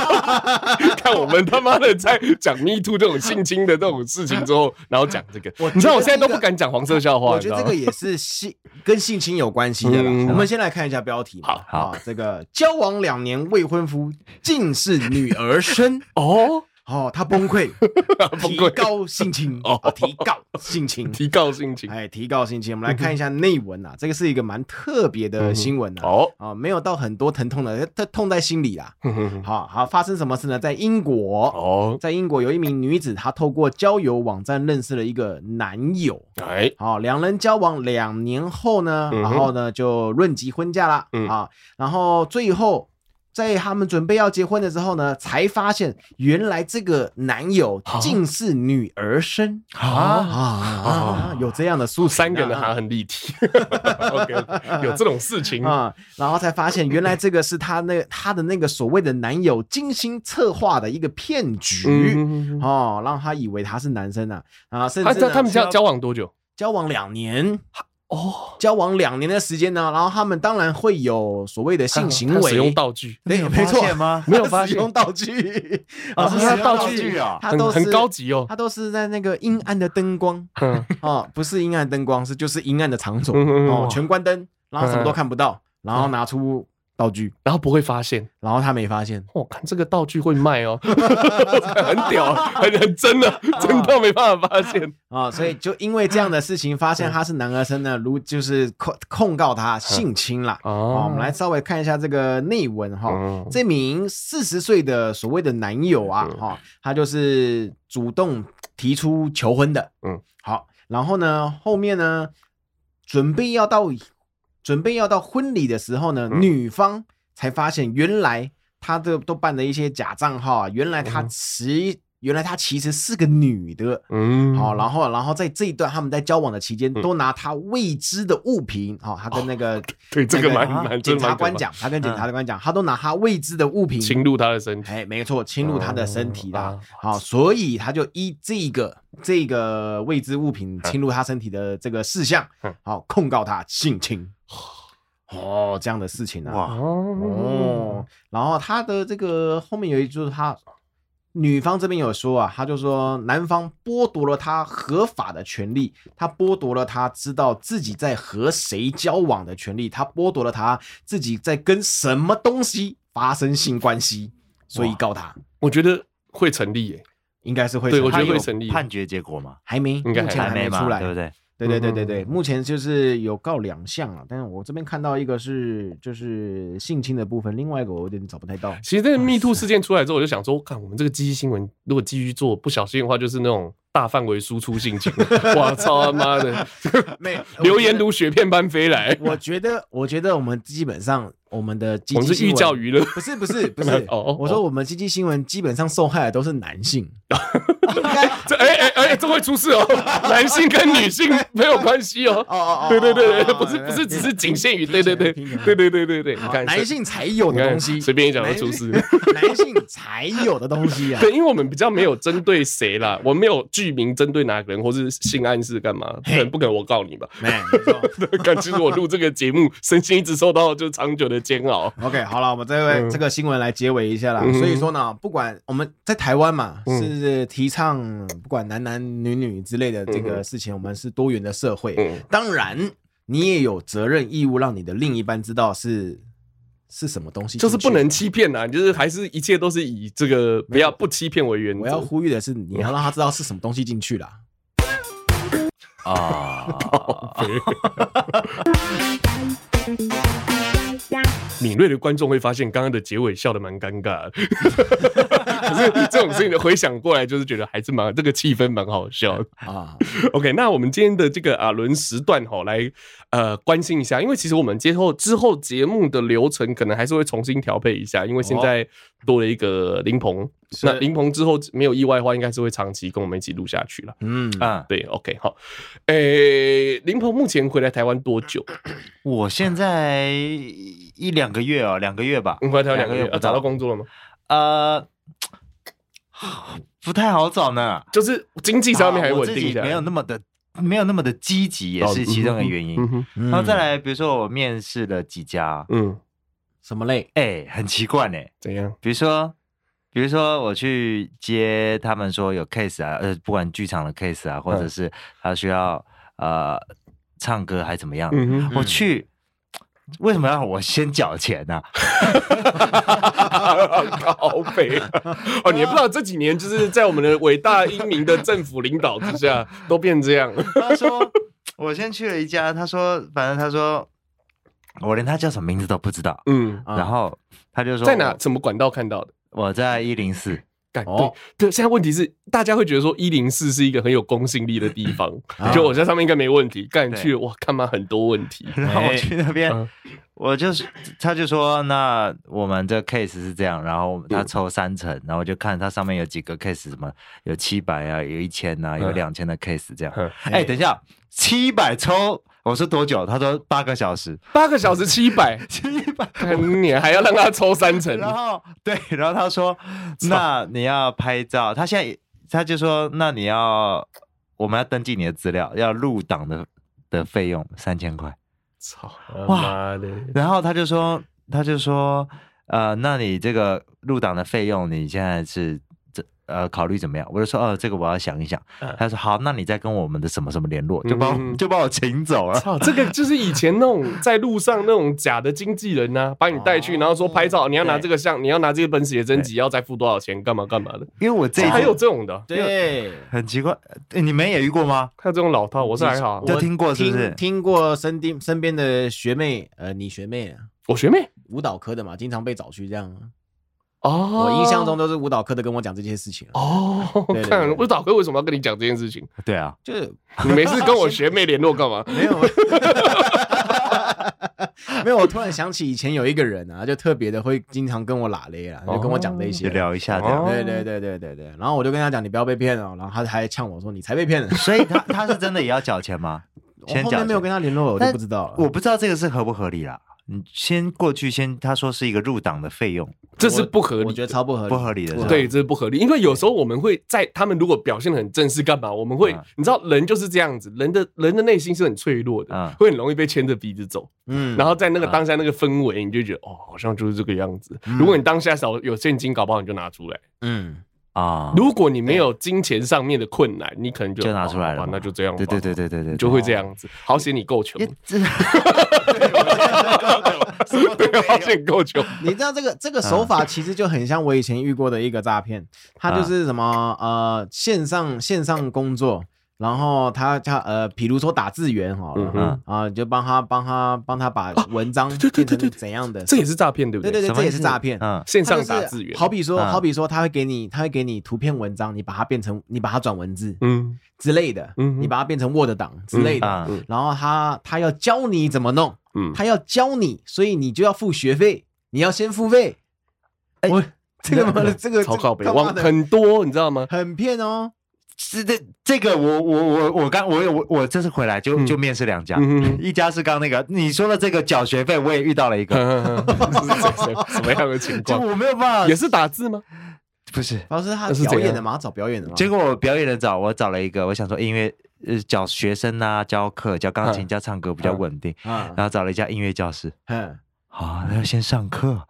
A: 看我们他妈的在讲 Me Too 这种性侵的这种事情之后，然后讲这个，你知道我现在都不敢讲黄色笑话，
B: 我
A: 你知
B: 觉得
A: 道
B: 这
A: 吗
B: 个？也是性 跟性侵有关系的啦。
A: 嗯
B: 我们先来看一下标题嘛。
C: 好
B: 啊，这个交往两年未婚夫竟是女儿身，
A: 哦，
B: 哦，他 崩溃，
A: 崩
B: 提
A: 溃
B: 告性侵，
A: 哦
B: 哦，提告性侵，
A: 提告性侵。
B: 哎，提告性侵。我们来
A: 嗯
B: 看一下内文啊，这个是一个蛮特别的新闻啊。
A: 哦，
B: 啊，没有到很多疼痛的，他痛在心里啦。好好，发生什么事呢？在英国，
A: 哦，
B: 在英国有一名女子，她透过交友网站认识了一个男友。
A: 哎，
B: 好，两人交往两年后呢，
A: 嗯哼
B: 然后呢就论及婚嫁啦、
A: 嗯
B: 啊，然后最后在他们准备要结婚的时候呢，才发现原来这个男友
A: 啊
B: 竟是女儿身
A: 啊
B: 啊有这样的啊素
A: 三个人
B: 哈
A: 还很立体。OK，有这种事情
B: 啊、然后才发现原来这个是她那她的那个所谓的男友精心策划的一个骗局。
A: 嗯，
B: 哦，让她以为他是男生啊啊，甚
A: 他
B: 至呢
A: 他他们
B: 是要
A: 交交往多久？
B: 交往两年，
A: 哦，
B: 交往两年的时间呢，然后他们当然会有所谓的性行
A: 他
B: 为，
A: 使用道具，
B: 对，
C: 有
B: 没
C: 发
B: 错，
C: 现吗？
A: 没有发现
B: 使用道具，
C: 老
B: 啊，
A: 他
C: 师使
B: 是
C: 用
A: 道
C: 道
A: 具
C: 具啊，
B: 他
A: 很
B: 都是
A: 很高，级 哦。
B: 他都是在那个阴暗的灯光
A: 嗯，
B: 哦，不是阴暗的灯光，是就是阴暗的场所
A: 嗯嗯嗯嗯
B: 哦
A: 哇，
B: 全关灯，然后什么都看不到，然后拿出道具，
A: 然后不会发现。
B: 然后他没发现，
A: 我看这个道具会卖 哦， 很屌，啊很很真的，真到没办法发现。
B: 啊、所以就因为这样的事情，发现他是男儿身呢，如就是控控告他性侵啦。好、我
A: 哦
B: 们来稍微看一下这个内文哈。
A: 嗯
B: 这名四十岁的所谓的男友啊，
A: 嗯
B: 哈、他就是主动提出求婚的。
A: 嗯，
B: 好，然后呢，后面呢，准备要到准备要到婚礼的时候呢，
A: 嗯
B: 女方才发现原来他的都办了一些假账号啊，原来他
A: 嗯
B: 其、原来他其实是个女的。
A: 嗯
B: 好、然后，然后在这一段他们在交往的期间，
A: 嗯
B: 都拿他未知的物品，好、他跟那个、
A: 对这个蛮蛮哦 真
B: 检
A: 的蛮
B: 察
A: 可怕
B: 官讲，他跟检察官讲，他都拿他未知的物品，
A: 侵入他的身体。
B: 哎，没错，侵入他的身体啦
A: 哦。
B: 好，所以他就依这个这个未知物品侵入他身体的这个事项
A: 嗯，
B: 好控告他性侵。哦，这样的事情啊，
C: 哇
A: 哦
B: 哦，，然后他的这个后面有一句，就是他女方这边有说啊，他就说男方剥夺了他合法的权利，他剥夺了他知道自己在和谁交往的权利，他剥夺了他自己在跟什么东西发生性关系，所以告他
A: 我觉得会成立耶。
B: 应该是会
A: 对我觉
C: 他
A: 得
B: 还
A: 会
C: 有
B: 有
A: 成立
C: 判决结果吗？
B: 还没，
A: 应
B: 目
A: 该
B: 前
A: 还
B: 还
C: 没
B: 没
C: 嘛
B: 出，来，
C: 对不对？
B: 对对对对对，
A: 嗯
B: 目前就是有告两项啊，但是我这边看到一个是就是性侵的部分，另外一个我有点找不太到。
A: 其实这个 Me Too 事件出来之后，我就想说，看我们这个记忆新闻，如果继续做，不小心的话，就是那种大范围输出 性侵。哇操他妈的，
B: 没有
A: 留言如雪片般飞来。
B: 我觉得，我觉得我们基本上我们的积
A: 我们
B: 极
A: 是
B: 新
A: 寓
B: 闻
A: 教于乐，
B: 不是不是不是
A: 哦哦
B: 我说我们积极新闻基本上受害的都是男性，应该
A: 这哎哎哎，这会出事哦！男性跟女性没有关系哦。
B: 哦哦哦，
A: 对对对，
B: 哦
A: 对不是不是，只是仅限于对对 对
B: 平衡
A: 对对对对对，你
B: 好
A: 看
B: 男性才有
A: 你
B: 的
A: 看
B: 东西，
A: 随便一讲就
B: 男
A: 出
B: 性
A: 事。
B: 男性才有的东西啊，
A: 对，因为我们比较没有针对谁啦，我们没有剧名针对哪个人或是性暗示干嘛，不可能不可能我告你吧？
B: 哎没错。
A: 但其实我录这个节目，身心一直受到就长久的煎熬。
B: OK，好了，我们这位、
A: 嗯
B: 这个新闻来结尾一下啦。
A: 嗯哼
B: 所以说呢，不管我们在台湾嘛，
A: 嗯
B: 是提倡不管男男女女之类的这
A: 嗯
B: 个
A: 哼
B: 事情，我们是多元的社会。
A: 嗯
B: 当然，你也有责任义务让你的另一半知道是是什么东西，
A: 就是不能。欺骗啊，就是还是一切都是以这个不要不欺骗为原
B: 我要
A: 则。
B: 呼吁的是，你要让他知道是什么东西进去啦。
C: 啊，
B: 哦
A: 敏锐的观众会发现，刚刚的结尾笑得蛮尴尬的， 可是这种事情回想过来，就是觉得还是蛮这个气氛蛮好笑的。
B: 啊，
A: OK，那我们今天的这个啊轮时段吼，来呃关心一下，因为其实我们之后之后节目的流程可能还是会重新调配一下，因为现在多了一个林鹏，
C: 哦
B: 是
A: 那林鹏之后没有意外的话，应该是会长期跟我们一起录下去了。
B: 嗯，
C: 嗯，
A: 对，OK，好，诶、林鹏目前回来台湾多久？
C: 我现在一两个月哦，两个月吧
A: 你，回来台湾两
C: 两
A: 个
C: 个
A: 月
C: 月，
A: 啊，
C: 不
A: 找
C: 到
A: 到工作了吗？
C: 呃，不太好找呢。
A: 就是经济上面还
C: 啊我
A: 稳
C: 自
A: 定
C: 己
A: 下来，
C: 没有那么的没有那么的积极，也是其中的原因。
A: 嗯哼
B: 然
C: 然后再，来，比如说我面试了几家，
A: 嗯，
B: 什么类？
C: 哎、很奇怪呢、
A: 怎样？
C: 比如说，比如说我去接他们说有 case 啊，呃，不管剧场的 case 啊，或
A: 嗯
C: 者是他需要呃唱歌还怎么样，
A: 嗯
C: 我去。为什么要我先缴钱呢、
A: 哼， 好肥啊哦！你也不知道这几年就是在我们的伟大英明的政府领导之下，都变这样。
C: 他说我先去了一家，他说反正他说我连他叫什么名字都不知道，
A: 嗯，
B: 啊
C: 然后他就说
A: 在哪？什么管道看到的？
C: 我在一零四，
A: 感对、
B: 哦
A: 对，现在问题是，大家会觉得说一零四是一个很有公信力的地 方，
B: 啊
A: 就我在上面应该没问题。干
C: 对
A: 去哇，干嘛很多问 题？
C: 然后我
B: 哎
C: 去那边，
A: 嗯
C: 我就是他就说，那我们这 case 是这样，然后
A: 嗯
C: 他抽三成，然后我就看他上面有几个 case，什么有七百啊，有一千啊，有
A: 嗯
C: 两千的 case 这样。
A: 嗯
C: 哎，等一下，七百抽，我说多久？他说八个小时，
A: 八个小时七百，
C: 七百。
A: 干你还要让他抽三成？
C: 然后对，然后他说，那你要拍照，他现在他就说，那你要我们要登记你的资料，要入档的的费用三千块。
A: 操
C: 哇
A: 妈的！
C: 然后他就说，他就说，呃，那你这个入党的费用，你现在是这呃考虑怎么样？我就说哦，这个我要想一想。
B: 嗯
C: 他说好，那你再跟我们的什么什么联络，就把我
A: 嗯
C: 就把我请走了。
A: 哦操，这个就是以前那种在路上那种假的经纪人呐、把你带去，
C: 哦
A: 然后说拍照，你要拿
C: 对
A: 这个相，你要拿这个本写真集，要再付多少钱，干嘛干嘛的，
C: 因为我这一
A: 还有
C: 次
A: 这种的，
B: 对，
C: 很奇怪，呃你们也遇过吗？
A: 还有这种老套，我是还好啊，
C: 就听过是不是
B: 听听过身边身边的学妹，呃，你学妹啊
A: 我学妹
B: 舞蹈科的嘛，经常被找去这样。啊
A: 哦，
B: 我印象中都是舞蹈科的跟我讲这些事情，啊
A: 哦
B: 对，对
A: 看
B: 对
A: 我导哥为什么要跟你讲这件事情？
C: 对啊，
B: 就是
A: 你每次跟我学妹联络干嘛？
B: 没有。没有，我突然想起以前有一个人啊，就特别的会经常跟我拉勒啊，就跟我讲这一
C: 就
B: 些。
C: 聊一下这样。
A: 哦
B: 对对对对对对，然后我就跟他讲，你不要被骗哦，然后他还呛我说你才被骗呢。
C: 所以他他是真的也要缴钱吗？
B: 我
C: 先
B: 后
C: 缴
B: 面
C: 钱
B: 没有跟他联络，我就
C: 但
B: 不知道了。
C: 我不知道这个是合不合理啦。你先过去先，他说是一个入党的费用，
A: 这是不合理的，
B: 我觉得超不合理，
C: 不合理的是吧
A: 对，这是不合理，因为有时候我们会在他们如果表现的很正式，干嘛？我们会
C: 嗯，
A: 你知道，人就是这样子，人的人的内心是很脆弱
C: 嗯
A: 的，会很容易被牵着鼻子走。
B: 嗯，
A: 然后在那个
C: 嗯
A: 当下那个氛围，你就觉得哦，好像就是这个样子。如果你当下少有现金，搞不好你就拿出来；
B: 嗯，
C: 啊，
A: 如果你没有金钱上面的困难，你可能就
C: 就拿出
A: 哦
C: 来了
A: 好
C: 嘛，
A: 吧那就这样吧。
C: 对对对对对对，
A: 你就会这样子。好险你够穷
C: 对。，因为这
A: 对，好险够穷。
B: 你知道这个这个手法其实就很像我以前遇过的一个诈骗，他就是什么呃线上线上工作，然后他他呃，比如说打字员好
A: 嗯
B: 了
A: 哼，
B: 啊，你就帮他帮他帮他把文章
A: 哦对对对
B: 变
A: 对
B: 成
A: 对
B: 怎样的，
A: 这也是诈骗，对不
B: 对
A: 对？
B: 对对，
C: 什么
B: 这
C: 意
B: 也
C: 思
B: 是诈骗。
C: 嗯
A: 线
B: 他就
A: 上
B: 是
A: 打字员，
B: 好比说，
C: 嗯
B: 好比说，他会给你，他会给你图片文章，你把它变成，你把它转文字
A: 嗯
B: 之类的，
A: 嗯哼
B: 你把它变成 Word 档之类的，
C: 啊
A: 嗯
B: 然后他他要教你怎么弄，
A: 嗯，
B: 他要教你，所以你就要付学费，你要先付费。
C: 哎
B: 我这个妈的，这个
A: 超靠北，
B: 这个他
A: 网
B: 妈的
A: 很多，你知道 吗？
B: 很骗哦。
C: 是这这个我我我我刚我有我我这次回来就
A: 嗯
C: 就面试两家，
A: 嗯哼
C: 一家是刚那个你说的这个缴学费，我也遇到了一
A: 嗯
C: 个，
A: 是什么样的情
C: 就
A: 况？
C: 我没有办
A: 也
C: 法，
A: 是打字吗？
C: 不是，
B: 老师
A: 那
B: 他
A: 是怎
B: 表演的
A: 样
B: 嘛，他找表演的嘛。
C: 结果我表演人找我找了一个，我想说音乐呃教学生啊，教课教钢琴
A: 嗯
C: 教唱歌比较
A: 嗯
C: 稳定，
B: 啊，
C: 然后找了一家音乐教室。
B: 哼，
C: 啊，那要先上课。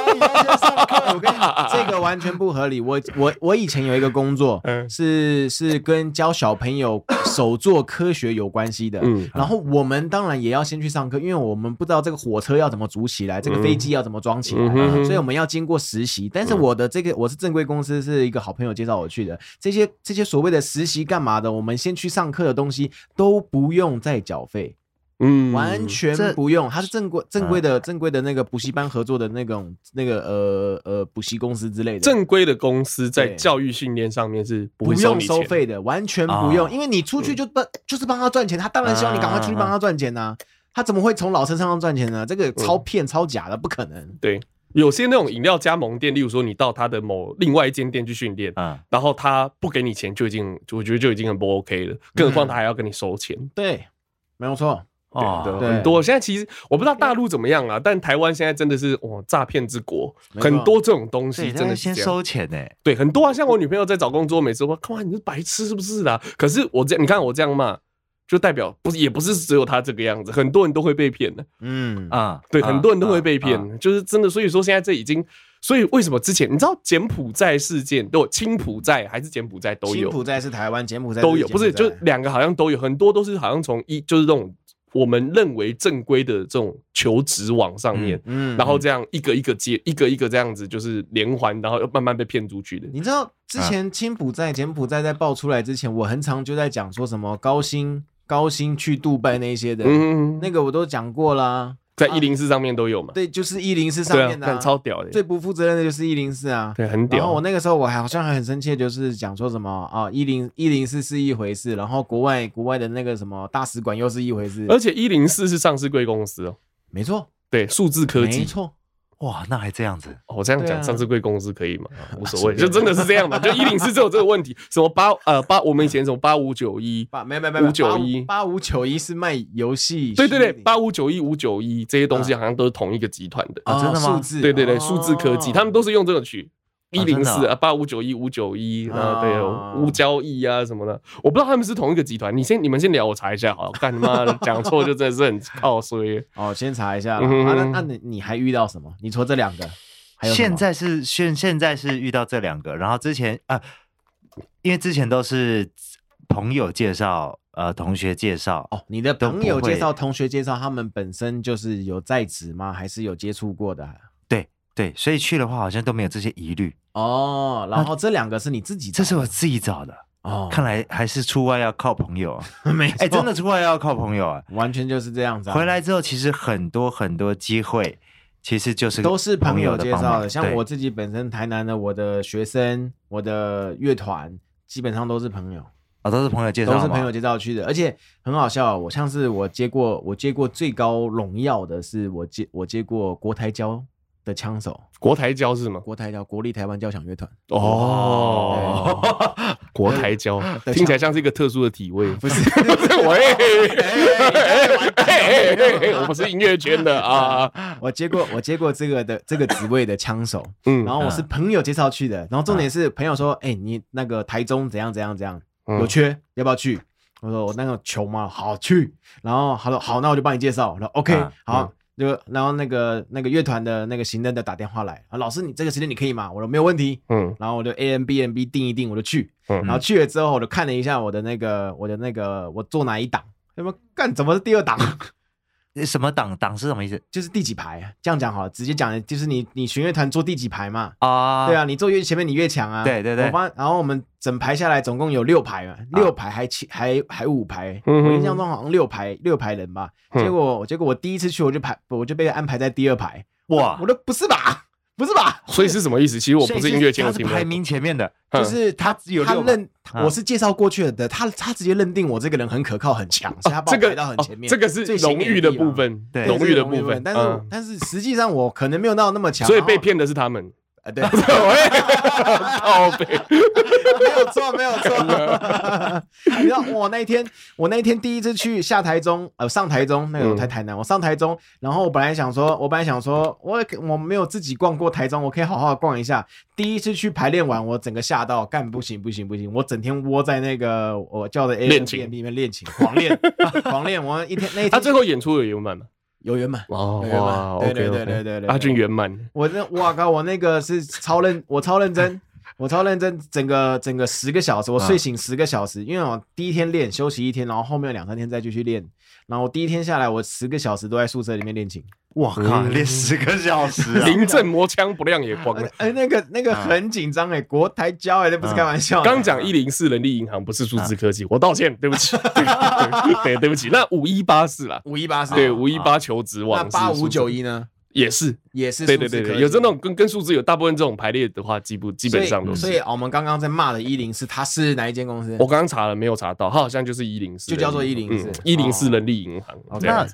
B: 我跟你讲，这个完全不合理。我 我我以前有一个工作
A: 嗯
B: 是是跟教小朋友手做科学有关系的，
A: 嗯
B: 然后我们当然也要先去上课，因为我们不知道这个火车要怎么组起来，这个飞机要怎么装起来，
A: 嗯
B: 啊
A: 哼哼
B: 所以我们要经过实习。但是我的这个我是正规公司，是一个好朋友介绍我去的。这些这些所谓的实习干嘛的，我们先去上课的东西都不用再缴费，
A: 嗯啊
B: 完全
C: 这
B: 不用。它是正规正规的正规的那个补习班合作的那种那个呃呃补习公司之类的，
A: 正规的公司在
B: 对
A: 教育训练上面是不
B: 不
A: 会收
B: 用
A: 你
B: 收
A: 钱。
B: 费的，完全不用，
C: 啊
B: 因为你出去就帮、就是帮他赚钱，他当然希望你赶快
A: 啊
B: 出去帮他赚钱呐、他怎么会从老师身上赚钱呢？这个超骗、超假的，不可能。
A: 对，有些那种饮料加盟店，例如说你到他的某另外一间店去训练，
C: 嗯，
A: 然后他不给你钱，就已经我觉得就已经很不 OK 了，更何况他还要跟你收钱。
B: 对，没有错。
C: 啊
A: 对
B: 哦对
A: 很多。现在其实我不知道大陆怎么样啦，但台湾现在真的是哇诈骗之国，
B: 没错
A: 很多这种东
C: 所
A: 西
C: 以
A: 真
C: 真
A: 的
C: 的
A: 是
C: 先
A: 这样。
C: 收钱欸呢。
A: 对，很多啊，像我女朋友在找工作，每次说：“干嘛你是白痴是不是啦？”可是我这样，你看我这样骂，就代表不是，也不是只有她这个样子，很多人都会被骗的。
B: 嗯
C: 啊，
A: 对，
C: 啊
A: 很多人都会被。
C: 啊啊
A: 骗，就是真的。所以说现在这已经，所以为什么之前你知道柬埔寨事件都有，青埔寨还是柬埔寨都
B: 柬
A: 有，
B: 埔寨是台湾，柬埔寨
A: 都有，不是
B: 柬
A: 就
B: 埔寨
A: 两个好像都有，很多都是好像从一就是这种我们认为正规的这种求职网上面，
B: 嗯
A: 然后这样一个一个接，一个一个这样子就是连环，然后又慢慢被骗出去的。
B: 你知道
A: 啊
B: 之前柬埔寨、柬埔寨在爆出来之前，我很常就在讲说什么高薪高薪去杜拜那些的，
A: 嗯，
B: 那个我都讲过啦。
A: 在一零四上面都有嘛？
B: 对，就是一零四上
A: 对啊
B: 面，的、
A: 但超屌的，
B: 最不负责任的就是一零四啊。
A: 对，很
B: 然
A: 屌
B: 后我。那个时候我还好像还很生气，就是讲说什么啊一零一零四是一回事，然后国外国外的那个什么大使馆又是一回事，
A: 而且一零四是上市贵公司哦，
B: 没错，
A: 对，数字科技
B: 没。错，
C: 哇，那还这样子，
A: 哦我这样
B: 对
A: 讲，
B: 啊
A: 上市贵公司可以吗？啊无所谓，
B: 随
A: 就
B: 便
A: 真的是这样嘛？就一零四就有这个问题，什么八呃八，我们以前什么八五九一，
B: 八没没没没
A: 591
B: 八五九一是卖游戏，
A: 对对
B: 虚
A: 对，
B: 拟
A: 八五九一五九一这些东西好像都是同一个集团的。
C: 啊真的吗
B: 数字
A: 对对对，数字科
B: 哦
A: 技，他们都是用这个取。一
C: 啊
A: 零
C: 真
A: 四
C: 的
A: 啊，八五九一五九一，啊，
B: 啊
A: 对哦，无交易啊什么的，我不知道他们是同一个集团。你先，你们先聊，我查一下好了。干他妈的，讲错就真的是很靠衰。
B: 哦，先查一下啦
A: 嗯
B: 啊，那那你你还遇到什么？你除了这两个，还有什么
C: 现在是现现在是遇到这两个，然后之前啊、因为之前都是朋友介绍，呃，同学介绍，
B: 哦，你的
C: 都不
B: 朋友介绍、
C: 会
B: 同学介绍，他们本身就是有在职吗？还是有接触过的？
C: 对，所以去的话好像都没有这些疑虑。
B: 哦，然后这两个是你自己找的，
C: 这是我自己找的，
B: 哦，
C: 看来还是出外要靠朋友啊。
B: 没错
C: 哎、真的出外要靠朋友啊！
B: 完全就是这样子、啊。
C: 回来之后，其实很多很多机会，其实就是
B: 都是朋
C: 朋
B: 友
C: 的
B: 介
C: 帮
B: 绍
C: 忙
B: 的，像
C: 对
B: 我自己本身台南的，我的学生、我的乐团，基本上都是朋友，
C: 啊、都是朋友介绍
B: 都
C: 嘛，
B: 是朋友介绍去的。而且很好笑，啊我像是我接过我接过最高荣耀的是我接我接过国台交的枪手，
A: 国台交是吗？
B: 国台交国立台湾交响乐团，
A: 哦，国台交
B: 对
A: 听起来像是一个特殊的体位。
B: 不是
A: 喂，
B: 哎哎哎
A: 我不是音乐圈的啊，
B: 我接过我接过这个的这个职位的枪手，
A: 嗯，
B: 然后我是朋友介绍去的，然后重点是朋友说，哎、你那个台中怎样怎样怎样
A: 嗯
B: 有缺，要不要去？我说我那个穷嘛，好去。然后他说好，那我就帮你介绍。然后 OK，、
C: 嗯
B: 好，就然后那个那个乐团的那个行政的打电话来，啊老师你这个时间你可以吗？我说没有问题。
A: 嗯
B: 然后我就 A N B N B 定一定，我就去。
A: 嗯
B: 然后去了之后，我就看了一下我的那个我的那个我坐哪一档，那么干怎么是第二档？
C: 什么党党是什么意思
B: 就是第几排？啊这样讲好了，直接讲就是你你弦乐团坐第几排嘛？
C: 啊？
B: 对啊，你坐越前面你越强啊。
C: 对对对
B: 我发，然后我们整排下来总共有六排嘛，六排还七还还五排，
A: 啊嗯
B: 我印象中好像六排六排人吧。
A: 嗯
B: 结果结果我第一次去我就排我就被安排在第二排，
C: 哇
A: 啊
B: 我，都不是吧？不是吧？
A: 所以是什么意思？其实我不是音乐圈的
C: 所以
A: 听
C: 是他是排名前面的，
A: 嗯
B: 就是
C: 他有
B: 他
C: 六排
B: 认
C: 嗯
B: 我是介绍过去的，他他直接认定我这个人很可靠很强，所以他把
A: 啊这
B: 我
A: 个
B: 排到很前面。
A: 哦这个是
B: 最显眼
A: 荣誉的
B: 地方
A: 部，分，
C: 对
A: 荣
B: 对
A: 誉的
B: 这是
A: 部分，
B: 但是
A: 嗯
B: 但是实际上我可能没有到那么强，
A: 所以
B: 然后
A: 被骗的是他们。
B: 呃对。
A: 喂，靠背，
B: 没有错，没有 错。你知道我那一天，我那一天第一次去下台中，呃，上台中，那个
A: 嗯
B: 我台台南，我上台中，然后我本来想说，我本来想说，我我没有自己逛过台中，我可以好好地逛一下。第一次去排练完，我整个吓到，干不行不行不行，我整天窝在那个我叫的 A
A: 练琴啊
B: 里面练琴，狂练 狂练，我一天那一
A: 他
B: 天
A: 最后演出有圆满吗？
B: 有圆满。
A: 哦
B: 有圆满对对对对对对
A: 阿俊圆满，
B: 我那哇靠，我那个是超认，我超认真，我超认真，整个整个十个小时，我
A: 嗯
B: 睡醒十个小时，因为我第一天练休息一天，然后后面两三天再继续练，然后我第一天下来，我十个小时都在宿舍里面练琴，
C: 哇靠，
A: 嗯
C: 练十个小 时啊！
A: 临阵磨枪不亮也光
B: 哎
A: 了、。
B: 哎那个那个
C: 啊
B: 很紧张哎，国台交哎、那不是
C: 啊
B: 开玩笑
A: 嗯
B: 的、
A: 刚讲一零四人力银行不是数字科技，我道歉，对不起，对对对不起。那五一八是啦，
B: 五一八是 吧
A: 对，五一八求职
B: 啊那
A: 网是
B: 八五九
A: 数字
B: 一呢，
A: 也是，
B: 也是
A: 对对
B: 数字
A: 对
B: 科
A: 对，
B: 技
A: 有这种跟跟数字有大部分这种排列的话，基本基本上都
B: 所
A: 是
B: 以。所以我们刚刚在骂的一零四，它是哪一间公司？
A: 我刚刚查了，没有查到，它好像就是一零四，嗯
B: 就叫做104
A: 一零四
B: 哦
A: 人力银行。
B: 哦
A: 这样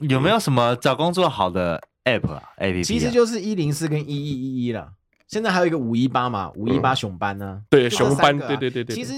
C: 那有没有什么找工作好的 app 啊？app 啊
B: 其实就是一零四跟一一一一了。现在还有一个五一八嘛，五一
A: 嗯
B: 八熊班呢、
A: 对
B: 就这
A: 熊
B: 三
A: 班，
B: 个啊
A: 对对对对，
B: 其实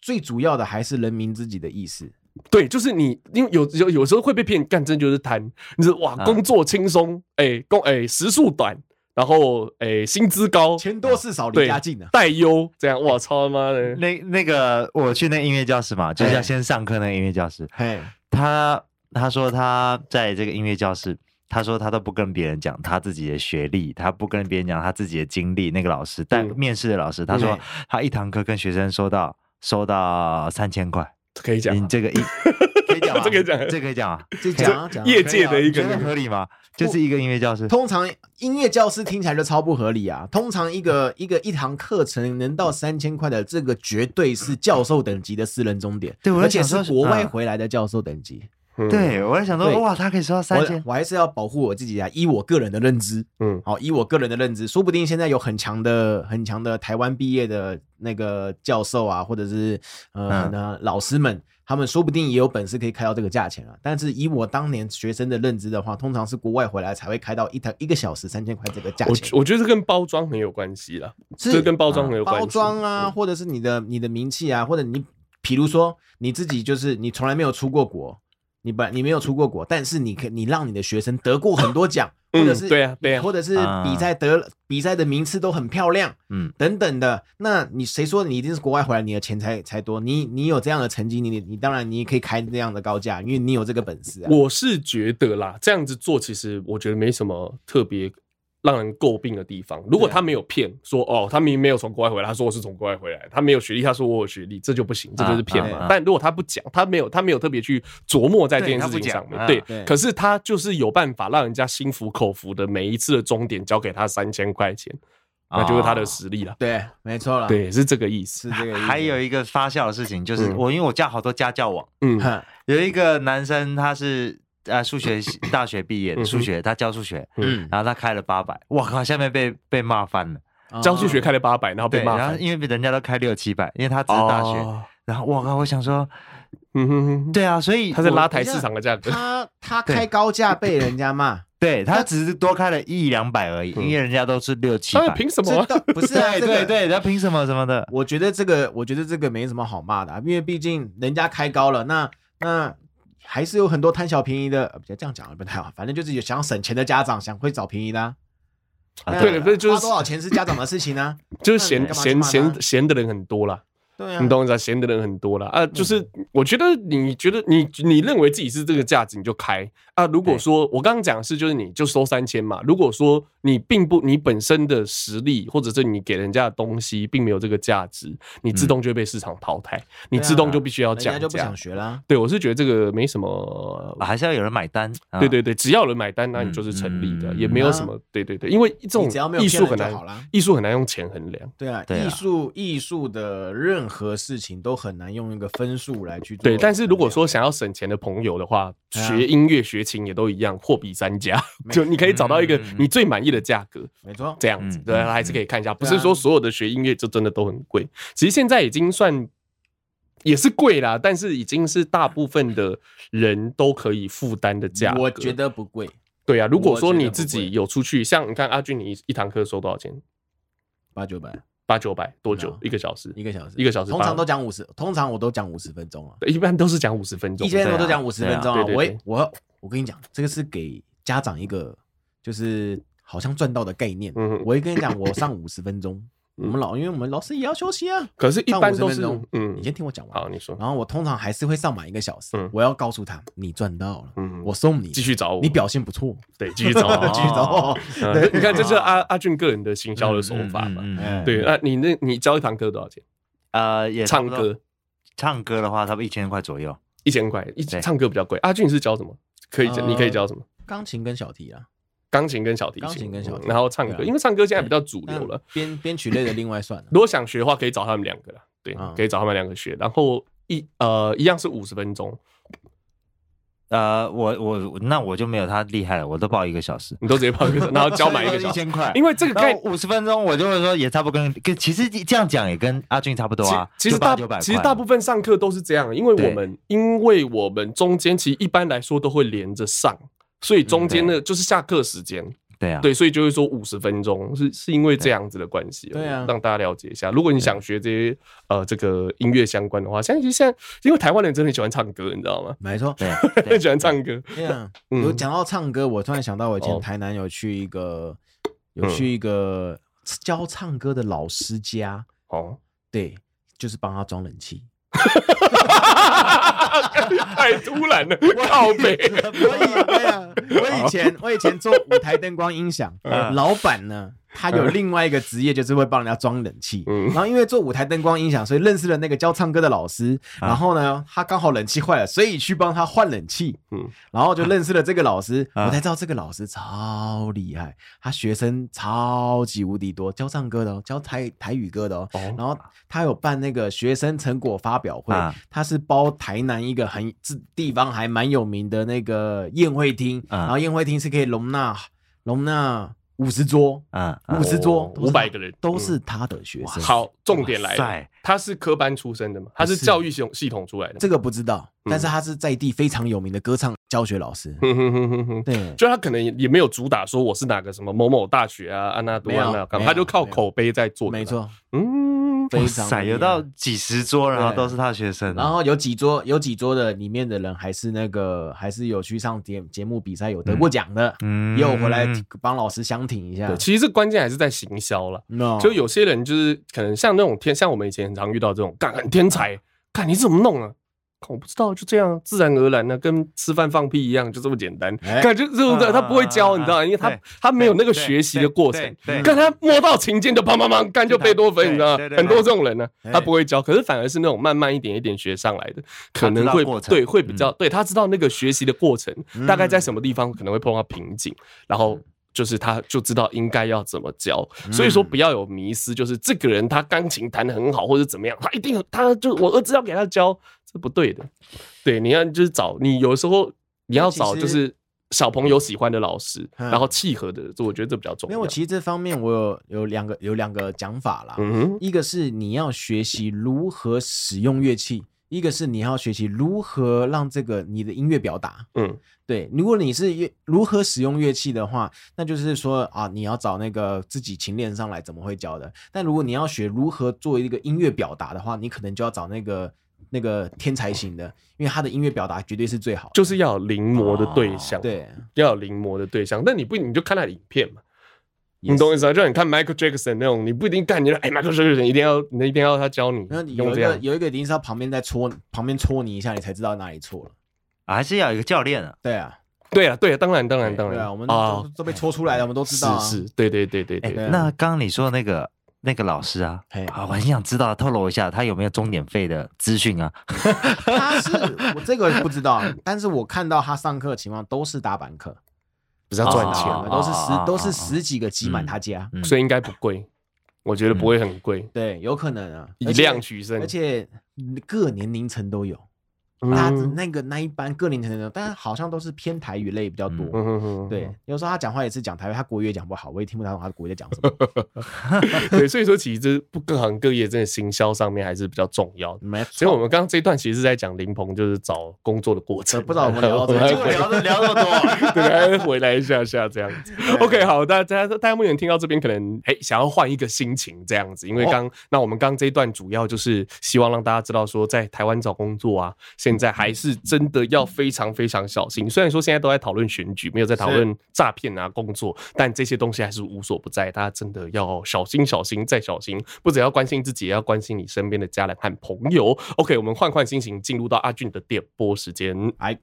B: 最主要的还是人民自己的意识。
A: 对，就是你，因为有有有时候会被骗，干真就是贪。你说哇，
C: 啊
A: 工作轻松，哎，工哎时速短，然后哎薪资高，
B: 钱多事少离
A: 哦对
B: 家近啊。
A: 带优，这样我操他妈的！
C: 那那个我去那音乐教室嘛，就是要先上课那个音乐教室。
B: 嘿，
C: 他他说他在这个音乐教室，他说他都不跟别人讲他自己的学历，他不跟别人讲他自己的经历。那个老师，但
A: 嗯
C: 面试的老师，他说
B: 嗯
C: 他一堂课跟学生收到收到三千块，
A: 可以讲
C: 你这个 一可以讲吗
A: 这个讲
C: 这可以讲啊，
B: 这讲啊讲啊。
A: 业界的一
C: 你
A: 个
C: 觉
A: 那
C: 得
A: 个
C: 合理吗？就是一个音乐教室，
B: 通常音乐教师听起来就超不合理啊！通常一
A: 嗯
B: 个一个一堂课程能到三千块的，这个绝对是教授等级的私人终点，
C: 对我在
B: 而且
C: 想
B: 是
C: 说
B: 国外
C: 嗯
B: 回来的教授等级。，
A: 嗯
C: 对我在想
B: 对
C: 说，哇，他可以收到三
B: 我
C: 千，
B: 我还是要保护我自己啊！依我个人的认知，
A: 嗯
B: 好，以我个人的认知，说不定现在有很强的、很强的台湾毕业的那个教授啊，或者是呃、
C: 嗯
B: 那老师们，他们说不定也有本事可以开到这个价钱啊。但是以我当年学生的认知的话，通常是国外回来才会开到一台一个小时三千块这个价
A: 我
B: 钱，
A: 我觉得这跟包装很有关系啦，这跟包装很有关系。嗯
B: 包装啊，或者是你的你的名气啊，或者你比如说你自己就是你从来没有出过国。你本你没有出过国，但是你可你让你的学生得过很多奖，或
A: 嗯，
B: 者是、
A: 对啊对啊，
B: 或者是比赛得、比赛的名次都很漂亮
C: 嗯，
B: 等等的，那你谁说你一定是国外回来你的钱才才多？你你有这样的成绩，你你你当然你也可以开那样的高价，因为你有这个本事啊。
A: 我是觉得啦，这样子做其实我觉得没什么特别让人诟病的地方。如果
C: 啊
A: 他没有骗说哦，他明明没有从国外回来，他说我是从国外回来，他没有学历，他说我有学历，这就不行，这就是骗
B: 啊
A: 嘛。
C: 啊啊
A: 但如果他不讲，他没有他没有特别去琢磨在这件事情上面，对
C: 对他不讲
B: 对
C: 啊，
A: 可是他就是有办法让人家心服口服的，每一次的终点交给他三千块钱，
C: 啊
A: 那就是他的实力了。
B: 对，没错了，，
A: 对，是这个意思
B: 是。这个意思。
C: 还有一个发酵的事情，就是
A: 嗯
C: 我因为我加好多家教网，
A: 嗯
B: 哼，
C: 有一个男生他是呃数学系大学毕业
A: 嗯
C: 的，
A: 哼
C: 数学他教数学，
B: 嗯，
C: 然后他开了八百，我靠，下面被被骂翻了。
A: 教数嗯
B: 哦
A: 学开了八百，然后被
C: 对，
A: 骂
C: 然
A: 翻
C: 后。因为人家都开六七百，因为他只是大学，
A: 哦
C: 然后我靠，我想说，
A: 嗯哼哼，
C: 对啊，所以
A: 他在
C: 我
A: 拉
C: 我
A: 抬
C: 现
A: 市
C: 在
A: 场的价格。
B: 他他开高价被人家骂，
C: 对他只是多开了一两百而已，
A: 嗯
C: 因为人家都是六七
A: 他
C: 百。
A: 凭什么
B: 这
A: 啊？
B: 倒不是啊
C: 对
B: 这个
C: 对对，他凭什么什么的？
B: 我觉得这个，我觉得这个没什么好骂的、啊，因为毕竟人家开高了，那那还是有很多贪小便宜的，呃这样讲不太好，反正就是有想要省钱的家长想会找便宜的、啊，
C: 啊
A: 对了，所以就
B: 花多
A: 是
B: 少钱是家长的事情 呢、
A: 就是闲
B: 那你干嘛
A: 闲
B: 去骂他
A: 闲闲的人很多啦，
B: 对啊，
A: 你懂我意思啊？闲的人很多啦
B: 嗯
A: 啊，就是我觉得你觉得你你认为自己是这个价值，你就开啊。如果
C: 对
A: 说我刚刚讲的是就是你就收三千嘛，如果说你并不你本身的实力或者是你给人家的东西并没有这个价值，你自动就会被市场淘汰，你
B: 对啊
A: 自动就必须要
B: 人家
A: 降
B: 就不
A: 价
B: 想。学啦、
A: 对，我是觉得这个没什么
C: 啊还是要有人买单。啊
A: 对对对，只要有人买单，那你
C: 嗯
A: 就是成立的，
C: 嗯
A: 也没有什么。对对对，因为这种
B: 你只要没有
A: 艺
B: 骗
A: 术
B: 人
A: 很
B: 就
A: 难
B: 好啦，
A: 艺术很难用钱衡量。
B: 对啊，
C: 对啊
B: 艺术艺术的任何事情都很难用一个分数来去做衡
A: 对，
B: 量。
A: 但是如果说想要省钱的朋友的话，
B: 哦对啊
A: 学音乐、学琴也都一样，货比三家， 就你可以找到一个
C: 嗯嗯嗯
A: 你最满意的价格，
B: 没错，
A: 这样子，
C: 嗯
A: 对，
C: 嗯
A: 还是可以看一下。不
B: 对
A: 是
B: 啊
A: 说所有的学音乐就真的都很贵，其实现在已经算也是贵啦，但是已经是大部分的人都可以负担的价格。
B: 我觉得不贵，
A: 对啊，如果
B: 我
A: 说
B: 觉得
A: 你
B: 不
A: 自己
B: 贵
A: 有出去，像你看阿俊，你一一堂课收多少钱？
B: 八九百
A: 八九百多久
B: 嗯？
A: 一个小时？
B: 一个小时，
A: 一个小时
B: 通常
A: 八
B: 都讲五十，通常我都讲五十分钟啊。
A: 对一般都是讲五十分钟
B: 一。千
C: 对啊
B: 多都讲五十
C: 对啊
B: 分钟
A: 对！
B: 啊
A: 对
B: 我
A: 对
B: 也我我跟你讲，这个是给家长一个就是好像赚到的概念。
A: 嗯
B: 我会跟你讲，我上五十分 钟，我们老因为我们老师也要休息啊。
A: 可是，一
B: 上
A: 般
B: 50
A: 都
B: 分
A: 是
B: 钟
A: 嗯
B: 你，先听我讲完。
A: 好，你说，
B: 然后我通常还是会上满一个小时
A: 嗯，
B: 我要告诉他你赚到了，
A: 嗯，
B: 我送你，
A: 继续找我，
B: 你表现不错，
A: 对，继续 找我
C: 哦
B: 继续找我。
A: 嗯
B: 对
A: 你看，这就是阿阿俊个人的行销的手法嘛。
C: 嗯嗯嗯嗯
B: 哎
A: 对，那你那你教一堂课多少钱？
C: 呃，也差
A: 唱
C: 不多
A: 歌，
C: 唱歌的话，差不多一千块左右。
A: 一千块，一
C: 对
A: 唱歌比较贵。阿俊是教什么？可以，
B: 呃
A: 你可以教什么？
B: 钢琴跟小提啊，
A: 钢琴跟小提
B: 钢琴跟小提
A: 嗯然后唱歌，
B: 对啊
A: 因为唱歌现在比较主流了
B: 但。编编曲类的另外算了。
A: 如果想学的话，可以找他们两个啦。对
B: 嗯，
A: 可以找他们两个学。然后一呃，一样是五十分钟，
C: 呃，我我那我就没有他厉害了，我都报一个小时，
A: 你都直接报一个，然后教满一个小
C: 一
A: 时。哎
C: 千块。
A: 因为这个概
C: 然后五十分钟，我就会说也差不多跟跟，其实这样讲也跟阿俊差不多啊，
A: 其其实
C: 八
A: 大
C: 九百，
A: 其实大部分上课都是这样，因为
C: 对
A: 我们因为我们中间其实一般来说都会连着上，所以中间呢就是下课时间，
C: 对嗯啊，
A: 对，所以就会说五十分钟，是是因为这样子的关系，
B: 对啊
A: 让大家了解一下。如果你想学这些呃这个音乐相关的话，像其实现在因为台湾人真的很喜欢唱歌，你知道吗？
B: 没 错，
C: 对
A: 很喜欢唱歌，
B: 对啊，
A: 嗯
B: 有讲到唱歌，我突然想到我以
A: 哦嗯
B: 前台南有去一个、有去一个教唱歌的老师家，
A: 哦，
B: 对，就是帮他装冷气。
A: 太突然了，靠北。
B: 我以对啊，我以前我以前做舞台灯光音响，
C: 嗯
B: 老板呢，他有另外一个职业，就是会帮人家装冷气。
A: 嗯
B: 然后因为做舞台灯光音响，所以认识了那个教唱歌的老师。然后呢，他刚好冷气坏了，所以去帮他换冷气。
A: 嗯
B: 然后就认识了这个老师，
C: 啊
B: 我才知道这个老师超厉害，他学生超级无敌多，教唱歌的哦，教台台语歌的哦。
A: 哦
B: 然后他有办那个学生成果发表会，
C: 啊
B: 他是包台南一个很自地方还蛮有名的那个宴会厅，
C: 啊
B: 然后宴会厅是可以容纳容纳五十桌，
C: 嗯，嗯
B: 五十桌
A: 哦，
B: 都是他
A: 500个人嗯
B: 都是他的学生。
A: 好，重点来
C: 哇
A: 了
C: 塞，哎
A: 他是科班出身的嘛？他是
B: 不是
A: 教育系统系统出来的吗。
B: 这个不知道，
A: 嗯
B: 但是他是在地非常有名的歌唱教学老师。
A: 哼哼哼哼哼，
B: 对，
A: 就他可能也也没有主打说我是哪个什么某某大学啊、安纳多安
B: 没
A: 纳
B: 有
A: 干
B: 没
A: 嘛，他
B: 有
A: 就靠口碑在做。
B: 没，错，
A: 嗯，
B: 非
C: 哇
B: 常
C: 塞，
B: 厉害
C: 有到几十桌，然后
B: 对
C: 都是他学生，
B: 然后有几桌有几桌的里面的人还是那个还是有去上节节目比赛，有得过奖的，
C: 嗯
B: 也有回来帮老师相挺一下
A: 对，。其实这关键还是在行销了。
B: no，
A: 就有些人就是可能像那种天，像我们以前很常遇到这种，干很天才，干你怎么弄啊？看我不知道，就这样自然而然的，跟吃饭放屁一样，就这么简单。
B: 哎啊
A: 感觉这种的
C: 嗯
A: 他不会教，
C: 嗯
A: 你知道吗？
C: 嗯
A: 因为他
C: 对
A: 他没有那个
C: 对
A: 学习的过程。
C: 对，
A: 跟
C: 对
A: 他摸到琴键就砰砰砰，干就贝多芬，
C: 对
A: 你知道吗
C: 对？对
A: 很多这种人呢，
B: 哎
A: 他不会教，可是反而是那种慢慢一点一点学上来的，可
C: 他知
A: 能
C: 道
A: 会
C: 过程
A: 对会比较对他知道那个学习的过程，
B: 嗯
A: 大概在什么地方可能会碰到瓶颈，然后。就是他就知道应该要怎么教，
C: 嗯
A: 所以说不要有迷失。就是这个人他钢琴弹得很好，或者怎么样，他一定有他就我儿子要给他教，这不对的。对，你要就是找你有时候你要找
B: 其
A: 就
B: 实
C: 哎
A: 是小朋友喜欢的老师，
B: 嗯
A: 然后契合的，我觉得这比较重
B: 没
A: 要。
B: 有，我其实这方面我有有两个有两个讲法啦。
A: 嗯哼，
B: 一个是你要学习如何使用乐器，一个是你要学习如何让这个你的音乐表达。
A: 嗯
B: 对，如果你是乐如何使用乐器的话，那就是说啊，你要找那个自己勤练上来怎么会教的。但如果你要学如何做一个音乐表达的话，你可能就要找那个那个天才型的，因为他的音乐表达绝对是最好的。
A: 就是要有临摹的对象，，
B: 哦对，
A: 要有临摹的对象。但你不，你就看那影片嘛，
B: 也
A: 你懂我
B: 是
A: 意思啊？就你看 Michael Jackson 那种，你不一定干，你就哎 Michael Jackson 一定要，你一定要他教你
B: 那，有
A: 用
B: 一
A: 这
B: 个
A: 样。
B: 有一个一定是要旁边在戳，旁边戳你一下，你才知道哪里错了。
C: 啊还是要有一个教练啊。
B: 对啊，
A: 对啊，对啊，当然，当然，当
B: 对
A: 然
B: 啊，我们都、都被戳出来了，我们都知
A: 是
B: 道、啊。
A: 是，对对对对
C: 哎，
A: 对。
B: 对啊
C: 那刚刚你说的那个那个老师啊
B: 嘿，
C: 啊，我很想知道，透露一下他有没有钟点费的资讯啊？
B: 他是我这个不知道，啊但是我看到他上课的情况都是打板课，
A: 比较赚钱
B: 打
A: 嘛
B: 板课都是
C: 啊啊啊啊
B: 十都是十几个挤满他家，
C: 嗯
A: 所以应该不贵，我觉得不会很贵，
B: 对，有可能啊，
A: 以
B: 而且
A: 量取胜
B: 而。且各年龄层都有，
A: 嗯
B: 他那个那一班各年龄层都有，但好像都是偏台语类比较
A: 嗯
B: 多。
A: 哼哼
B: 对，有时候他讲话也是讲台语，他国语也讲不好，我也听不太懂他的国语在讲 什么。
A: 对，所以说其实这不各行各业真的行销上面还是比较重要的。
B: 没
A: 所以我
B: 错，
A: 们刚刚这一段其实是在讲林鹏就是找工作的过程，
B: 呃不知道 我们聊到这里
A: 我们还回
C: 聊聊那 么 多，
A: 对，还是回来一下下这样子。OK，好，大家大家目前听到这边，可能哎想要换一个心情这样子，因为刚、那我们刚这一段主要就是希望让大家知道说，在台湾找工作啊，现在还是真的要非常非常小心。虽然说现在都在讨论选举，没有在讨论诈骗啊工作，但这些东西还是无所不在，大家真的要小心小心再小心，不只要关心自己，也要关心你身边的家人和朋友。OK，我们换换心情，进入到阿俊的电波时间。
B: 哎，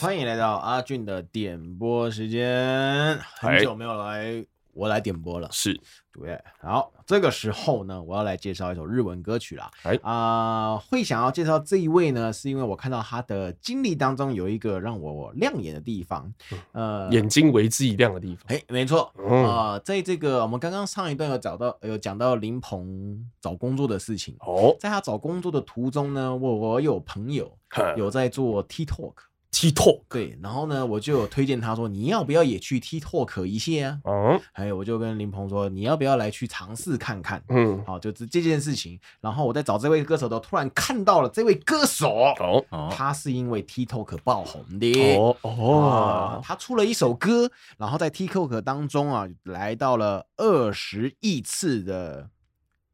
B: 欢迎来到阿俊的点播时间，很
A: 哎
B: 久没有来我来点播了。
A: 是，
B: 对，好，这个时候呢，我要来介绍一首日文歌曲啦。
A: 哎
B: 啊、会想要介绍这一位呢，是因为我看到他的经历当中有一个让我亮眼的地方，呃，
A: 眼睛为之一亮的地方。
B: 哎，没错，
A: 嗯
B: 啊、在这个我们刚刚上一段有找到有讲到林鹏找工作的事情，
A: 哦，
B: 在他找工作的途中呢，我我有朋友
A: 呃
B: 有在做 TikTok，
A: TikTok，
B: 对，然后呢，我就有推荐他说，你要不要也去 TikTok 一下啊？
A: 嗯
B: 还有，我就跟林鹏说，你要不要来去尝试看看？
A: 嗯，
B: 好，就这这件事情。然后我在找这位歌手的，突然看到了这位歌手，
A: 好，
C: 哦，
B: 他是因为 TikTok 爆红的。
A: 哦
B: 啊
A: 哦，
B: 他出了一首歌，然后在 TikTok 当中啊，来到了二十亿次的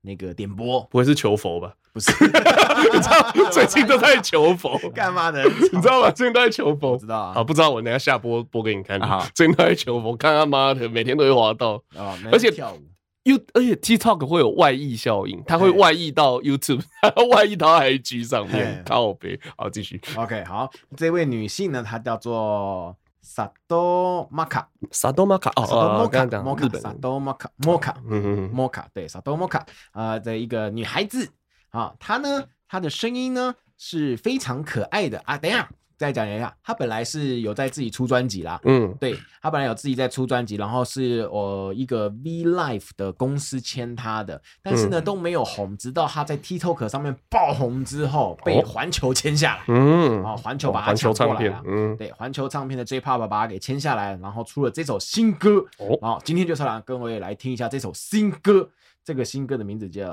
B: 那个点播，
A: 不会是求佛 吧？
B: 不是
A: 你知 道最近都在求佛，
B: 干嘛的？
A: 你知道吗？最近都在求
B: 我
A: 佛
B: 知。道啊，
A: 啊，不知道我啊等一下下播播给你看
C: 好。
A: 最近都在求佛，看他妈的，每天都会滑到。
B: 啊，没有
A: 而且
B: 跳舞，
A: You 而且 TikTok 会有外溢效应，它会
B: 嘿
A: 外溢到 YouTube，它 会外溢到 IG 上面
B: 嘿。
A: 靠背，好，继续。
B: OK，好，这位女性呢，她叫做 Sato Maka，
A: 萨多玛卡哦哦，
B: Sato
A: 哦刚刚
B: Moka，
A: 讲日本人，
B: Moka，Sato Moka Moka，
A: 嗯嗯嗯，
B: 莫卡，对，萨多莫卡啊的一个女孩子啊，她呢，她的声音呢是非常可爱的啊。等一下再讲一下，她本来是有在自己出专辑啦，
A: 嗯
B: 对她本来有自己在出专辑，然后是我、呃一个 V Life 的公司签她的，但是呢、
A: 嗯
B: 都没有红，直到她在 TikTok 上面爆红之后，被
A: 哦
B: 环球签下来。
A: 嗯，
B: 啊，环球把它
A: 环球
B: 抢过
A: 唱
B: 来
A: 片
B: 了，，
A: 嗯，
B: 对，环球唱片的 J Pop 把它给签下来，然后出了这首新歌。
A: 哦
B: 然后今天就是来跟我也来听一下这首新歌。这个新歌的名字叫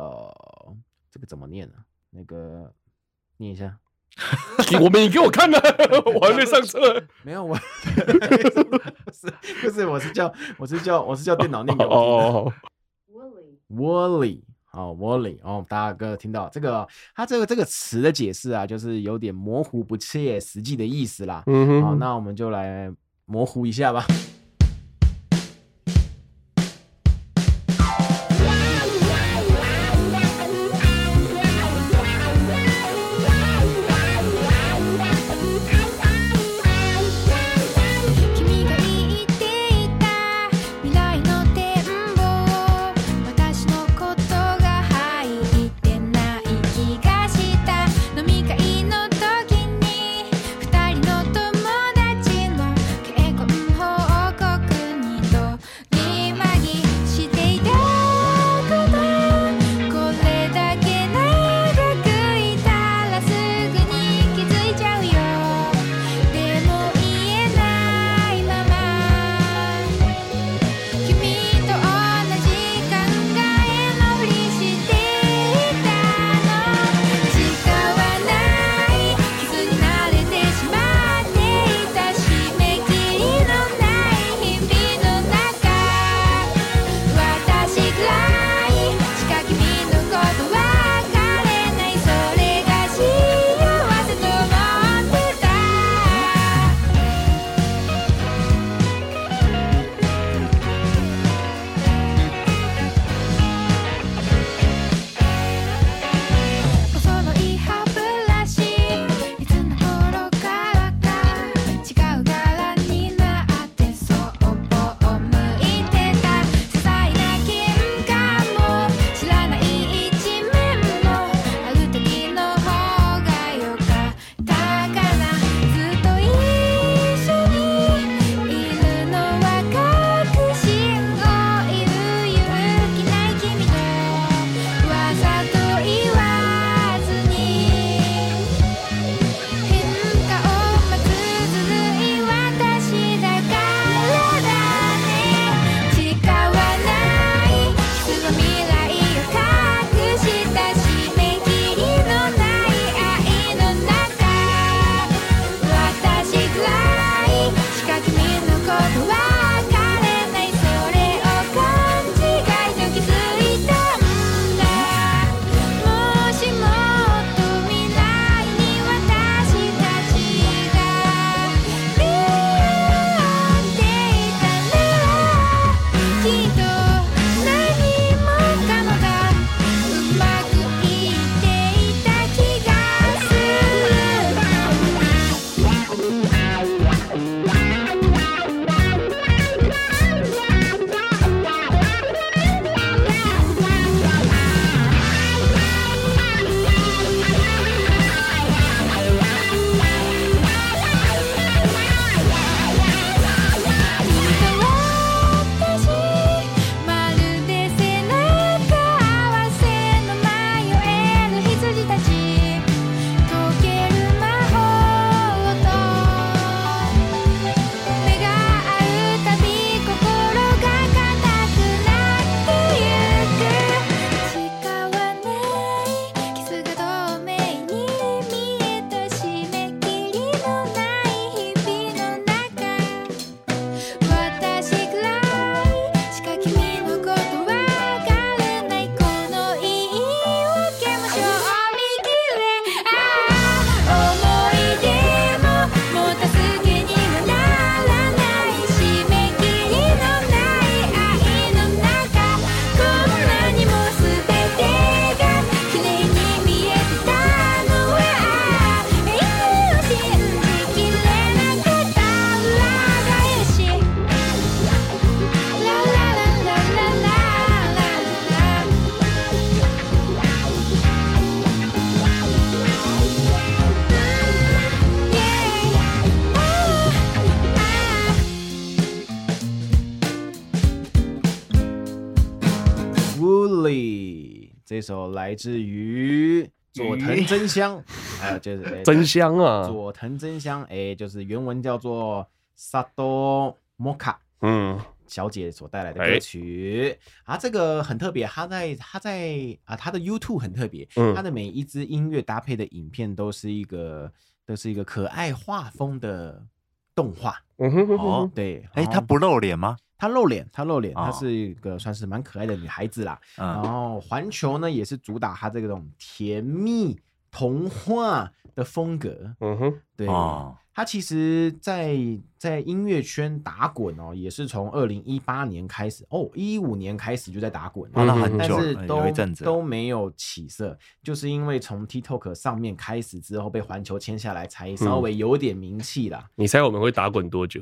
B: 这个怎么念呢、那个念一下，
A: 我们你给我看呢，我还没上车。
B: 没有我， 不是不是，我是叫我是叫我是叫电脑念给我听的。
A: 哦，
B: Wally 哦，Wally 哦，大家哥听到这个，它这个这个词的解释啊，就是有点模糊不切实际的意思啦。
A: 嗯哼，
B: 好，那我们就来模糊一下吧。
D: Wow, wow, wow, wow.
B: Julie》这首来自于佐藤真香，啊， 就是哎
A: 真香啊！
B: 佐藤真香，哎，就是原文叫做 Sato Moka
A: 嗯，
B: 小姐所带来的
C: 哎
B: 歌曲、啊，这个很特别，她在她在啊，她的 YouTube 很特别，
A: 嗯
B: 她的每一支音乐搭配的影片都是一个都是一个可爱画风的动画，
A: 嗯哼哼哼
C: 哦
A: 哼，
B: 对，
C: 哎，
B: 然
C: 他
B: 后
C: 不露脸吗？
B: 她露脸，她露脸，
C: 哦
B: 她是一个算是蛮可爱的女孩子啦，然
C: 嗯，
B: 后环球呢也是主打它这种甜蜜童话的风格，
A: 嗯哼，
B: 对，
C: 哦，
B: 它其实在，在音乐圈打滚哦，也是从二零一八年开始，哦，一五年开始就在打滚，
A: 嗯
C: 玩了
A: 嗯
C: 很
B: 但
C: 久
B: 是
C: 了，
B: 都
C: 有一阵子了。
B: 都没有起色，就是因为从 TikTok 上面开始之后被环球签下来，才稍微有点名气啦。
A: 你猜我们会打滚多久？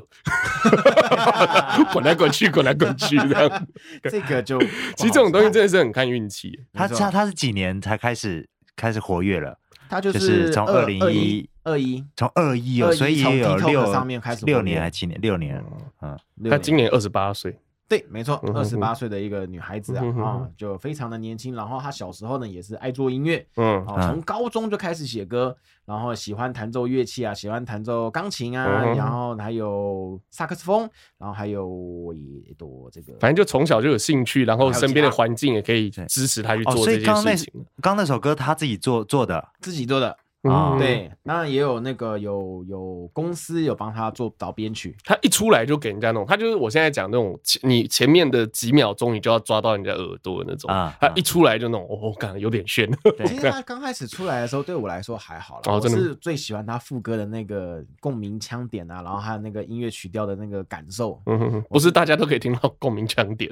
A: 滚来滚去，滚来滚去这 样。
B: 这个就
A: 其实这种东西真
B: 这
A: 的是很看运气。
C: 他
B: 没错
C: 他他是几年才开始开始活跃了？
B: 它就
C: 就是从
B: 二
C: 2011
B: 二一
C: 从二一哦，
B: 21
C: 所以也
B: 从
C: 有
B: TikTok
C: 六
B: 上面开始活跃
C: 六年还七年六年了，嗯，
A: 他今年二十八岁，
B: 对，没错，
A: 嗯哼
B: 二十
A: 哼
B: 八岁的一个女孩子啊，
A: 嗯哼哼
B: 啊，就非常的年轻。然后她小时候呢，也是爱做音乐，
A: 嗯
B: 啊，从高中就开始写歌，然后喜欢弹奏乐器啊，喜欢弹奏钢琴
A: 嗯
B: 啊，
A: 哼
B: 然后还有萨克斯风，然后还有一朵这个，
A: 反正就从小就有兴趣，然后身边的环境也可以
C: 对
A: 支持他去
C: 哦，
A: 做
C: 所
A: 这
C: 以刚刚
A: 件
C: 那
A: 事情。
C: 刚刚那首歌他自己做做的，
B: 自己做的。
C: 啊
A: 嗯，
B: 对，当然也有那个有有公司有帮她做导编曲，
A: 他一出来就给人家那种，他就是我现在讲那种，你前面的几秒钟你就要抓到人家耳朵的那种
C: 啊。
A: 他一出来就那种，哦，感有点炫。
C: 对
B: 其实他刚开始出来的时候，对我来说还好了。
A: 哦
B: 我
A: 真的
B: 是最喜欢他副歌的那个共鸣腔点啊，然后还有那个音乐曲调的那个感受。
A: 嗯哼哼，不是大家都可以听到共鸣腔点，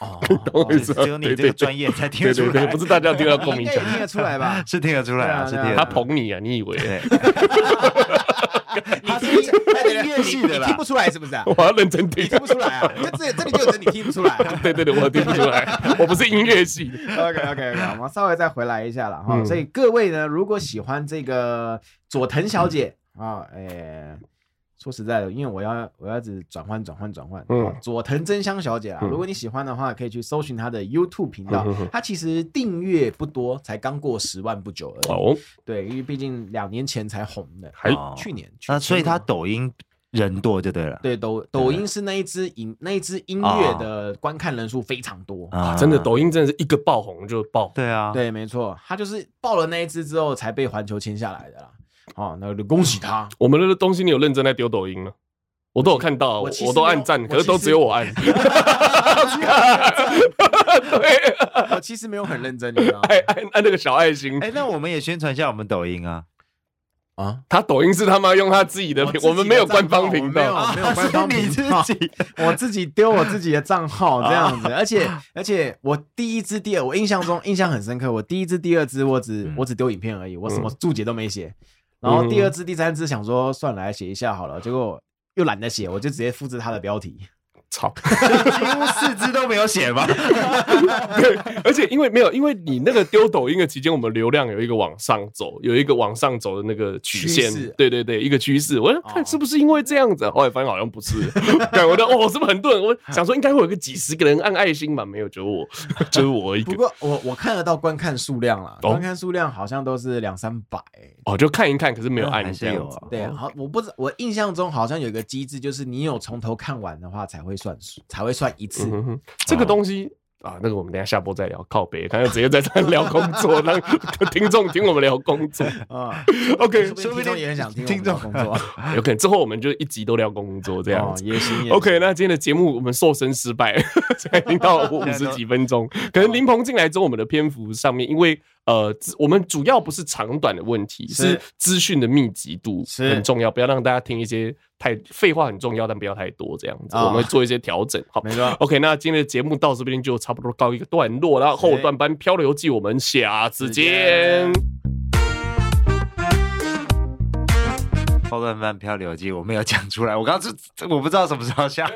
B: 哦，
A: 懂我意
C: 只
A: 思
C: 只有
A: 吗？对
C: 你
A: 对
C: 这
A: 对，
C: 个专业才听
A: 对
C: 得出
A: 对对，
C: 来，？
A: 不是大家听到共
B: 应
A: 鸣
B: 该
A: 腔
B: 也，听得出来吧
C: 是听得出来啊，是
B: 对啊
C: 听得
A: 他
C: 出来
A: 捧你啊，你以为？
C: 对，
B: 他是他是音乐系的啦，你听不出来是 不是啊？
A: 我要认真听
B: 你。听不出来啊？就这这里就有人你听不出 来。
A: 对对对，我听不出 来，我不是音乐系的。
B: OK OK OK，我们稍微再回来一下了哈。
A: 嗯
B: 所以各位呢，如果喜欢这个佐藤小姐啊，哎、说实在的，因为我要我要只转换转换转换，
A: 嗯
B: 啊佐藤真香小姐啊，
A: 嗯
B: 如果你喜欢的话，可以去搜寻她的 YouTube 频道
A: 嗯嗯嗯，
B: 她其实订阅不多，才刚过十万不久而已。
A: 哦，
B: 对，因为毕竟两年前才红的，
A: 还
C: 哦
B: 去年，去
C: 那所以
B: 前年
C: 他抖音人多就对了，
B: 对啊抖抖音是那一支影那一支音乐
C: 哦
B: 的观看人数非常多，
C: 啊
A: 真的抖音真的是一个爆红就爆红。
C: 对啊，
B: 对，没错，他就是爆了那一只之后才被环球签下来的啦。哦，那就恭喜 他。
A: 我们的东西你有认真在丢抖音了，我都有看到，
B: 我
A: 我
B: 其实
A: 都按赞，
B: 没有
A: 可是都
B: 我其实
A: 只有我 按。 对，
B: 我其实没有很认真，你知道吗？
A: 按按按那个小爱心
C: 哎，，那我们也宣传一下我们抖音啊，
B: 啊，
A: 他抖音是他妈用他自己的
B: 我
A: 频
B: 自，己
A: 我们没有
B: 的账
A: 官
B: 号
A: 方频
B: 我
A: 道，
B: 们没有没啊有官方
C: 啊是你
B: 频
C: 自
B: 道，
C: 己，
B: 我自己丢 我自己的账号这样
A: 啊
B: 子。而且而且，我第一支、第二，我印象中印象很深刻。我第一支、第二支，我只
C: 嗯
B: 我只丢影片而已，我什么注解都没
A: 嗯
B: 写。然后第二支、第三支，想说算了，来写一下好了，结果又懒得写，我就直接复制它的标 题。
A: 操！
C: 几乎四肢都没有写吧？
A: 对，而且因为没有，因为你那个丢抖音的期间，我们流量有一个往上走，有一个往上走的那个曲线
B: 趋势，哦
A: 对对对，一个趋势。我就看是不是因为这样子，后来发现好像不是。 对，我的哦，是不是很多人？我想说应该会有个几十个人按爱心吧，没有，只有我，只有我一
B: 不
A: 个。
B: 过我我看得到观看数量啦，
A: 哦
B: 观看数量好像都是两三百、
A: 哦，就看一看，可是没有
C: 还
A: 按
C: 是
A: 这样
C: 有
A: 子。
C: 啊
B: 对，好，我不知我印象中好像有一个机制，就是你有从头看完的话才会算数，才会算一次
A: 嗯。哼哼，这个东西。啊，那个我们等一下下播再聊，靠北，刚才直接在这聊工作，让 听众听我们聊工作。
B: 啊，
A: OK，
B: 说不定听众也很想听
C: 听众
B: 我们的 工作，
A: 有可能之后我们就一集都聊工作这样
B: 哦
A: 子，。
B: 也行也行
A: OK，那今天的节目我们瘦身失败， 现在已经到五十几分钟。可能林鹏进来之后，我们的篇幅上面，因为呃，资我们主要不是长短的问题，
B: 是
A: 是资讯的密集度
B: 是
A: 很重要，不要让大家听一些太废话很重要，但不要太多这样子。
B: 啊
A: 我们会做一些调整，好
B: 没。错，
A: OK，那今天的节目到这边就差不多告一个段落，然后后段班《漂流记》，我们下次见。
C: 后段班漂流记我没有讲出来，我刚刚是我不知道什么时候下。